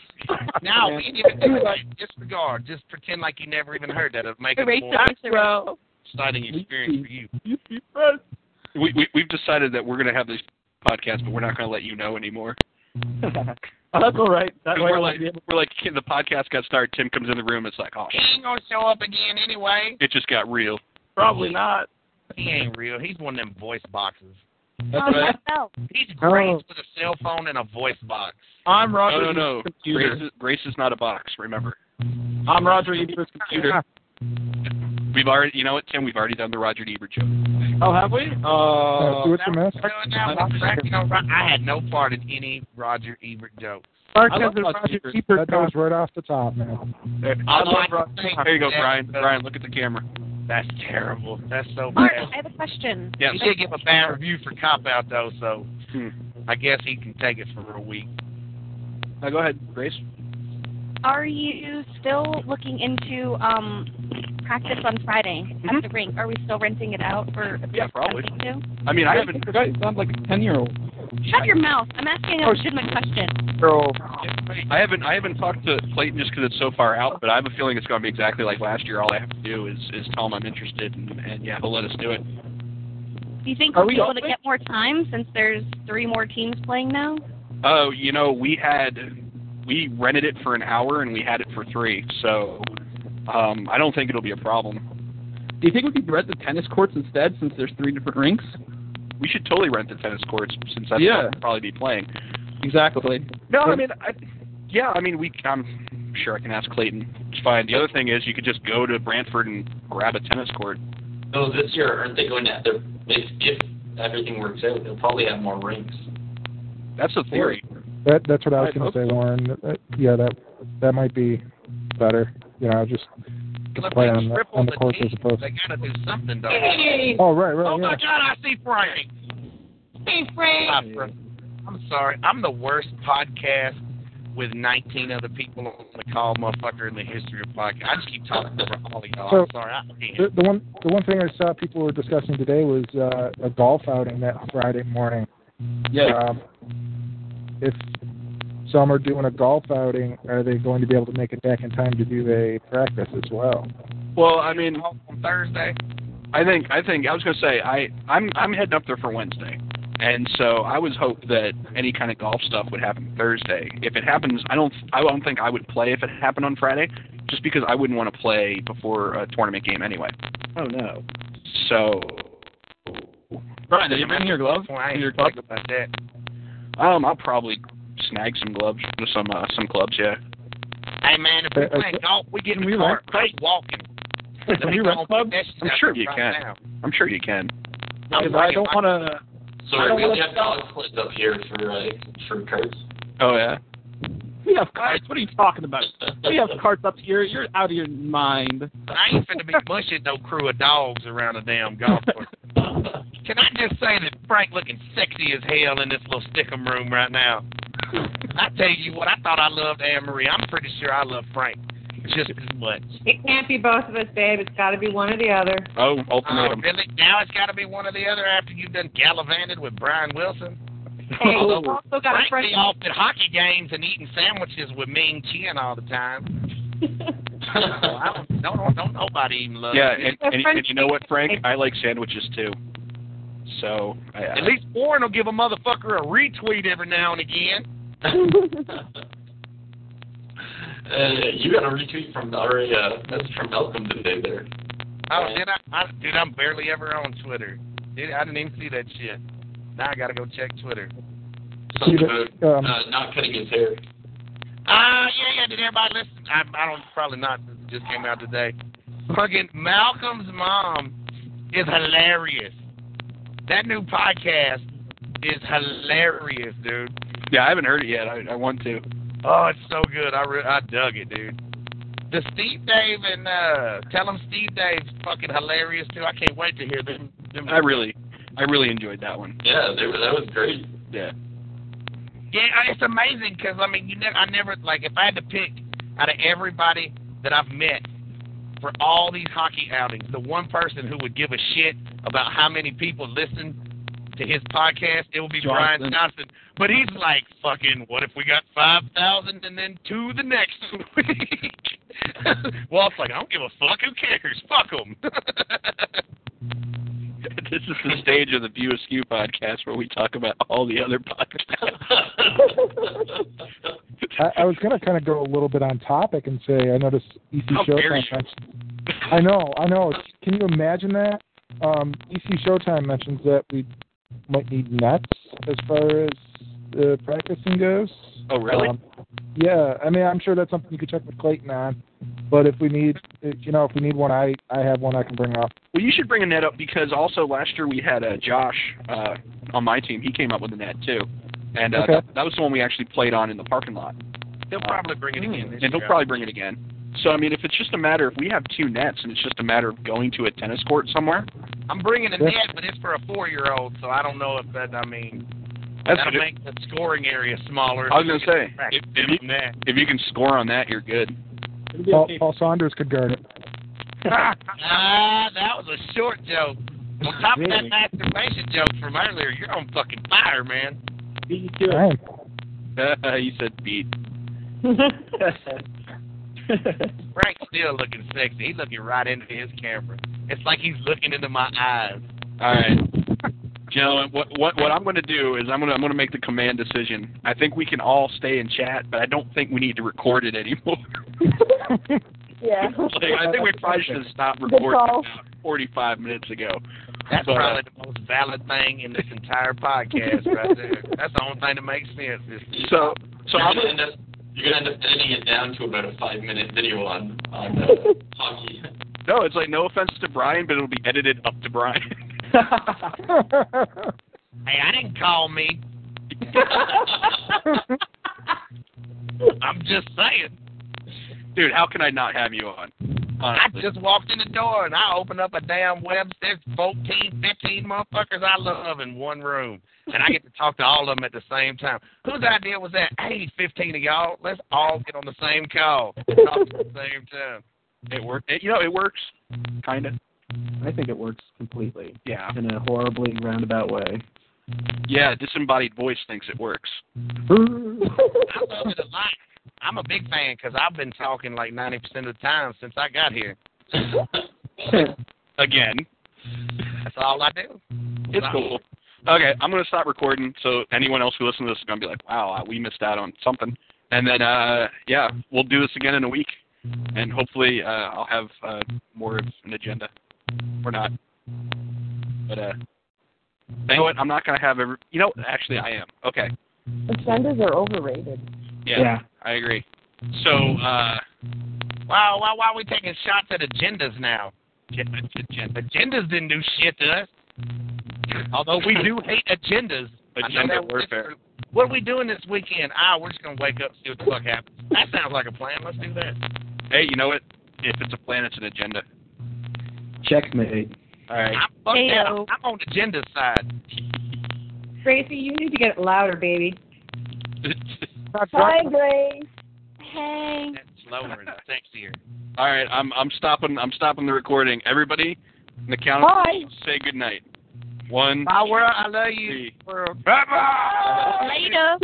S6: Now we need to do like disregard. Just pretend like you never even heard that. It'll make it
S16: Erase
S6: more
S16: the picture.
S6: exciting experience for you.
S2: We, we we've decided that we're going to have these podcasts, but we're not going to let you know anymore.
S16: Oh, that's all right. That
S2: 'Cause
S16: way
S2: we're
S16: I'll
S2: like
S16: be able-
S2: we're like "Kid, the podcast got started. Tim comes in the room. It's like oh,
S6: He
S2: shit,
S6: ain't gonna show up again anyway.
S2: it just got real.
S16: Probably not.
S6: He ain't real. He's one of them voice boxes.
S2: Oh, right.
S6: He's
S16: Oh.
S6: great with a cell phone and a voice box.
S16: I'm Roger.
S2: No, no, no.
S16: Ebert's computer.
S2: Grace is, Grace is not a box. Remember,
S16: I'm Roger Ebert's computer.
S2: we've already. You know what, Tim? We've already done the Roger Ebert joke.
S16: Oh, have we?
S5: Uh, do
S16: Uh,
S5: it to mess.
S6: Now, I'm back, you know, Ro- I had no part in any Roger Ebert jokes.
S5: Mark
S6: I
S5: has
S6: love
S5: a
S6: Roger
S5: Roger
S6: Ebert.
S5: Ebert that goes right off the top, man.
S6: I
S2: I
S6: love
S2: love
S6: Roger Ebert.
S2: There you go, Brian. Brian, look at the camera.
S6: That's terrible. That's so
S8: Mark,
S6: bad.
S8: I have a question.
S2: Yeah.
S6: He did give a bad review for Cop Out though, so
S2: Hmm.
S6: I guess he can take it for a week.
S2: Now go ahead, Grace.
S8: Are you still looking into um practice on Friday
S16: Mm-hmm.
S8: at the rink? Are we still renting it out for
S2: Yeah, probably.
S8: something new?
S2: I mean, I haven't.
S16: You sound like a ten-year-old.
S8: Shut your mouth. I'm asking
S16: Oh,
S8: a legitimate question.
S16: Girl.
S2: I haven't I haven't talked to Clayton just because it's so far out, but I have a feeling it's going to be exactly like last year. All I have to do is is tell him I'm interested, and, and yeah, he'll let us do it.
S8: Do you think
S2: Are
S8: we'll
S2: we
S8: be able to
S2: open?
S8: get more time since there's three more teams playing now?
S2: Oh, you know, we had we rented it for an hour and we had it for three, so um, I don't think it'll be a problem.
S16: Do you think we could rent the tennis courts instead, since there's three different rinks?
S2: We should totally rent the tennis courts since that's
S16: Yeah.
S2: what we'll probably be playing.
S16: Exactly.
S2: No, I mean, I, yeah, I mean, we. I'm sure I can ask Clayton. It's fine. The other thing is, you could just go to Brantford and grab a tennis court.
S4: So Oh, this year, aren't they going to? They're, if, if everything works out, they'll probably have more rinks.
S2: That's the theory.
S5: That that's what I was
S4: I
S5: gonna say, Warren. That- that- yeah, that that might be better. You know, just to
S6: Look,
S5: play
S6: they
S5: on the
S6: crippled
S5: on the
S6: the
S5: course as opposed.
S6: They gotta do something though.
S5: Oh right, right,
S6: Oh
S5: yeah.
S6: my God, I see Frank. Hey Frank. I'm sorry. I'm the worst podcast with 19 other people on the call, motherfucker, in the history of podcast. I just keep talking over all of y'all.
S5: So-
S6: I'm sorry. I can't.
S5: The, the one the one thing I saw people were discussing today was uh, a golf outing that Friday morning.
S16: Yeah.
S5: Um, if some are doing a golf outing, are they going to be able to make it back in time to do a practice as well?
S2: Well, I mean,
S6: on Thursday.
S2: I think I think I was gonna say I I'm I'm heading up there for Wednesday, and so I was hope that any kind of golf stuff would happen Thursday. If it happens, I don't I don't think I would play if it happened on Friday, just because I wouldn't want to play before a tournament game anyway.
S16: Oh no.
S2: So,
S16: Brian, did you bring your gloves?
S6: Well, I ain't
S16: Your
S6: talking about that.
S2: um, I'll probably snag some gloves, some uh, some clubs, yeah.
S6: Hey man, if we
S2: Uh, uh,
S6: play golf, we get in
S2: we
S6: the car.
S2: rent-
S6: Play walking. Let
S2: Can
S6: me
S2: we
S6: go
S2: rent
S6: on
S2: clubs?
S6: that shit
S2: I'm
S6: out
S2: sure
S6: there
S2: you
S6: right
S2: can.
S6: now.
S2: I'm sure you can.
S6: I'm
S16: Because I
S6: fucking-
S16: don't want to. I
S4: Sorry,
S16: don't
S4: we
S16: wanna-
S4: only have dog sleds up here for uh, for carts.
S2: Oh yeah.
S16: We have carts. What are you talking about? We have carts up here. You're out of your mind.
S6: I ain't finna be mushing no crew of dogs around a damn golf course. Can I just say that Frank looking sexy as hell in this little stickum room right now? I tell you what, I thought I loved Anne Marie. I'm pretty sure I love Frank just as much.
S13: It can't be both of us, babe. It's got to be one or the other.
S2: Oh,
S6: Oh,
S2: ultimatum.
S6: really? Now it's got to be one or the other after you've done gallivanted with Brian Wilson.
S13: Hey, you also got a
S6: Frank
S13: friend.
S6: be off at hockey games and eating sandwiches with Mean Chin all the time. So I don't, don't, don't nobody even love
S2: Yeah,
S6: me.
S2: and, and, and you know what, Frank? I like sandwiches too. So I,
S6: At least Warren will give a motherfucker a retweet every now and again.
S4: Uh, you got a retweet from our uh, that's from Malcolm today there.
S6: Oh, did I, I? Dude, I'm barely ever on Twitter. Dude, I didn't even see that shit. Now I gotta go check Twitter.
S5: See
S4: Something
S5: that,
S4: about
S5: um,
S4: uh, not cutting his hair.
S6: Ah, uh, yeah, yeah. Did everybody listen? I, I don't. Probably not. This just came out today. Fucking Malcolm's mom is hilarious. That new podcast is hilarious, dude.
S2: yeah, I haven't heard it yet. I, I want to.
S6: Oh, it's so good. I re- I dug it, dude. The Steve Dave and uh, tell him Steve Dave's fucking hilarious too. I can't wait to hear them. them
S2: I really, I really enjoyed that one.
S4: Yeah, they were, that was great.
S2: Yeah.
S6: Yeah, I- it's amazing because I mean, you never, I never like if I had to pick out of everybody that I've met for all these hockey outings, the one person who would give a shit about how many people listen to his podcast, it will be Brian
S16: Johnson.
S6: Johnson. But he's like, fucking, what if we got 5,000 and then two the next week? Walt's like, I don't give a fuck. Who cares? Fuck 'em.
S2: this is the stage of the View Askew podcast where we talk about all the other podcasts.
S5: I, I was going to kind of go a little bit on topic and say I noticed E EC
S2: How dare
S5: Showtime.
S2: you.
S5: mentioned- I know, I know. It's- Can you imagine that? Um, EC Showtime mentions that we might need nets as far as uh, practicing goes.
S2: Oh, really?
S5: Um, yeah, I mean, I'm sure that's something you could check with Clayton on. But if we need, if, you know, if we need one, I I have one I can bring up.
S2: Well, you should bring a net up because also last year we had uh, Josh uh, on my team. He came up with a net too, and uh,
S5: Okay.
S2: that, that was the one we actually played on in the parking lot.
S6: They'll probably bring it again this
S2: and he'll
S6: year.
S2: probably bring it again. So I mean, if it's just a matter if we have two nets and it's just a matter of going to a tennis court somewhere,
S6: I'm bringing a
S2: Yeah.
S6: net, but it's for a four-year-old, so I don't know if that. I mean,
S2: That's
S6: that'll
S2: good.
S6: make the scoring area smaller.
S2: I was gonna say
S6: Practice them
S2: if, if,
S6: on
S2: you,
S6: that.
S2: if you can score on that, you're good.
S5: Paul, Paul Saunders could guard it.
S6: ah, that was a short joke. On top of that
S5: Really?
S6: masturbation joke from earlier, you're on fucking fire, man.
S5: Dang.
S2: you said beat.
S6: Frank's still looking sexy. He's looking right into his camera. It's like he's looking into my eyes.
S2: All right. Gentlemen, what what what I'm going to do is I'm going to I'm going to make the command decision. I think we can all stay in chat, but I don't think we need to record it anymore.
S7: Yeah.
S2: Like, I think we probably should have stopped
S7: Good
S2: recording
S7: call.
S2: about 45 minutes ago.
S6: That's
S2: But, uh,
S6: probably the most valid thing in this entire podcast right there. That's the only thing that makes sense. Is
S2: So, so
S4: you're
S2: I'm
S4: gonna end up you're gonna end up editing it down to about a five minute video on on uh, hockey.
S2: no, it's like no offense to Brian, but it'll be edited up to Brian.
S6: hey, I didn't call me. I'm just saying.
S2: Dude, how can I not have you on?
S6: I
S2: Honestly.
S6: just walked in the door and I opened up a damn web. There's 14, 15 motherfuckers I love in one room. And I get to talk to all of them at the same time. Whose idea was that? Hey, 15 of y'all, let's all get on the same call. Talk at the same time.
S2: it worked. It, you know, it works, kind of.
S17: I think it works completely.
S2: Yeah.
S17: In a horribly roundabout way.
S2: Yeah, disembodied voice thinks it works.
S6: I love it a lot. I'm a big fan because I've been talking like 90% of the time since I got here.
S2: Again,
S6: That's all I do.
S2: it's cool. Okay, I'm gonna stop recording. So anyone else who listens to this is gonna be like, "Wow, uh, we missed out on something." And then, uh, yeah, we'll do this again in a week, and hopefully, uh, I'll have uh, more of an agenda, or not. But uh, you know what? I'm not gonna have every. You know, actually, I am. Okay.
S7: Agendas are overrated.
S2: Yeah,
S7: Yeah.
S2: I agree. So, uh,
S6: Wow, why, why are we taking shots at agendas now? Agendas didn't do shit to us. Although we do hate agendas. I know
S2: Agenda
S6: that was
S2: warfare.
S6: different. What are we doing this weekend? Ah, we're just going to wake up see what the fuck happens. That sounds like a plan. Let's do that.
S2: hey, you know what? If it's a plan, it's an agenda.
S17: Checkmate.
S2: All right.
S6: I'm, fuck that. I'm I'm on the agenda side.
S13: Gracie, you need to get louder, baby.
S7: Hi, Grace.
S8: Hey.
S6: Slower and sexier.
S2: All right, I'm I'm stopping I'm stopping the recording. Everybody, on the count of
S6: Bye.
S2: say good night. One.
S6: Bye, world. I love you.
S2: Three.
S6: World. Bye-bye.
S8: Later.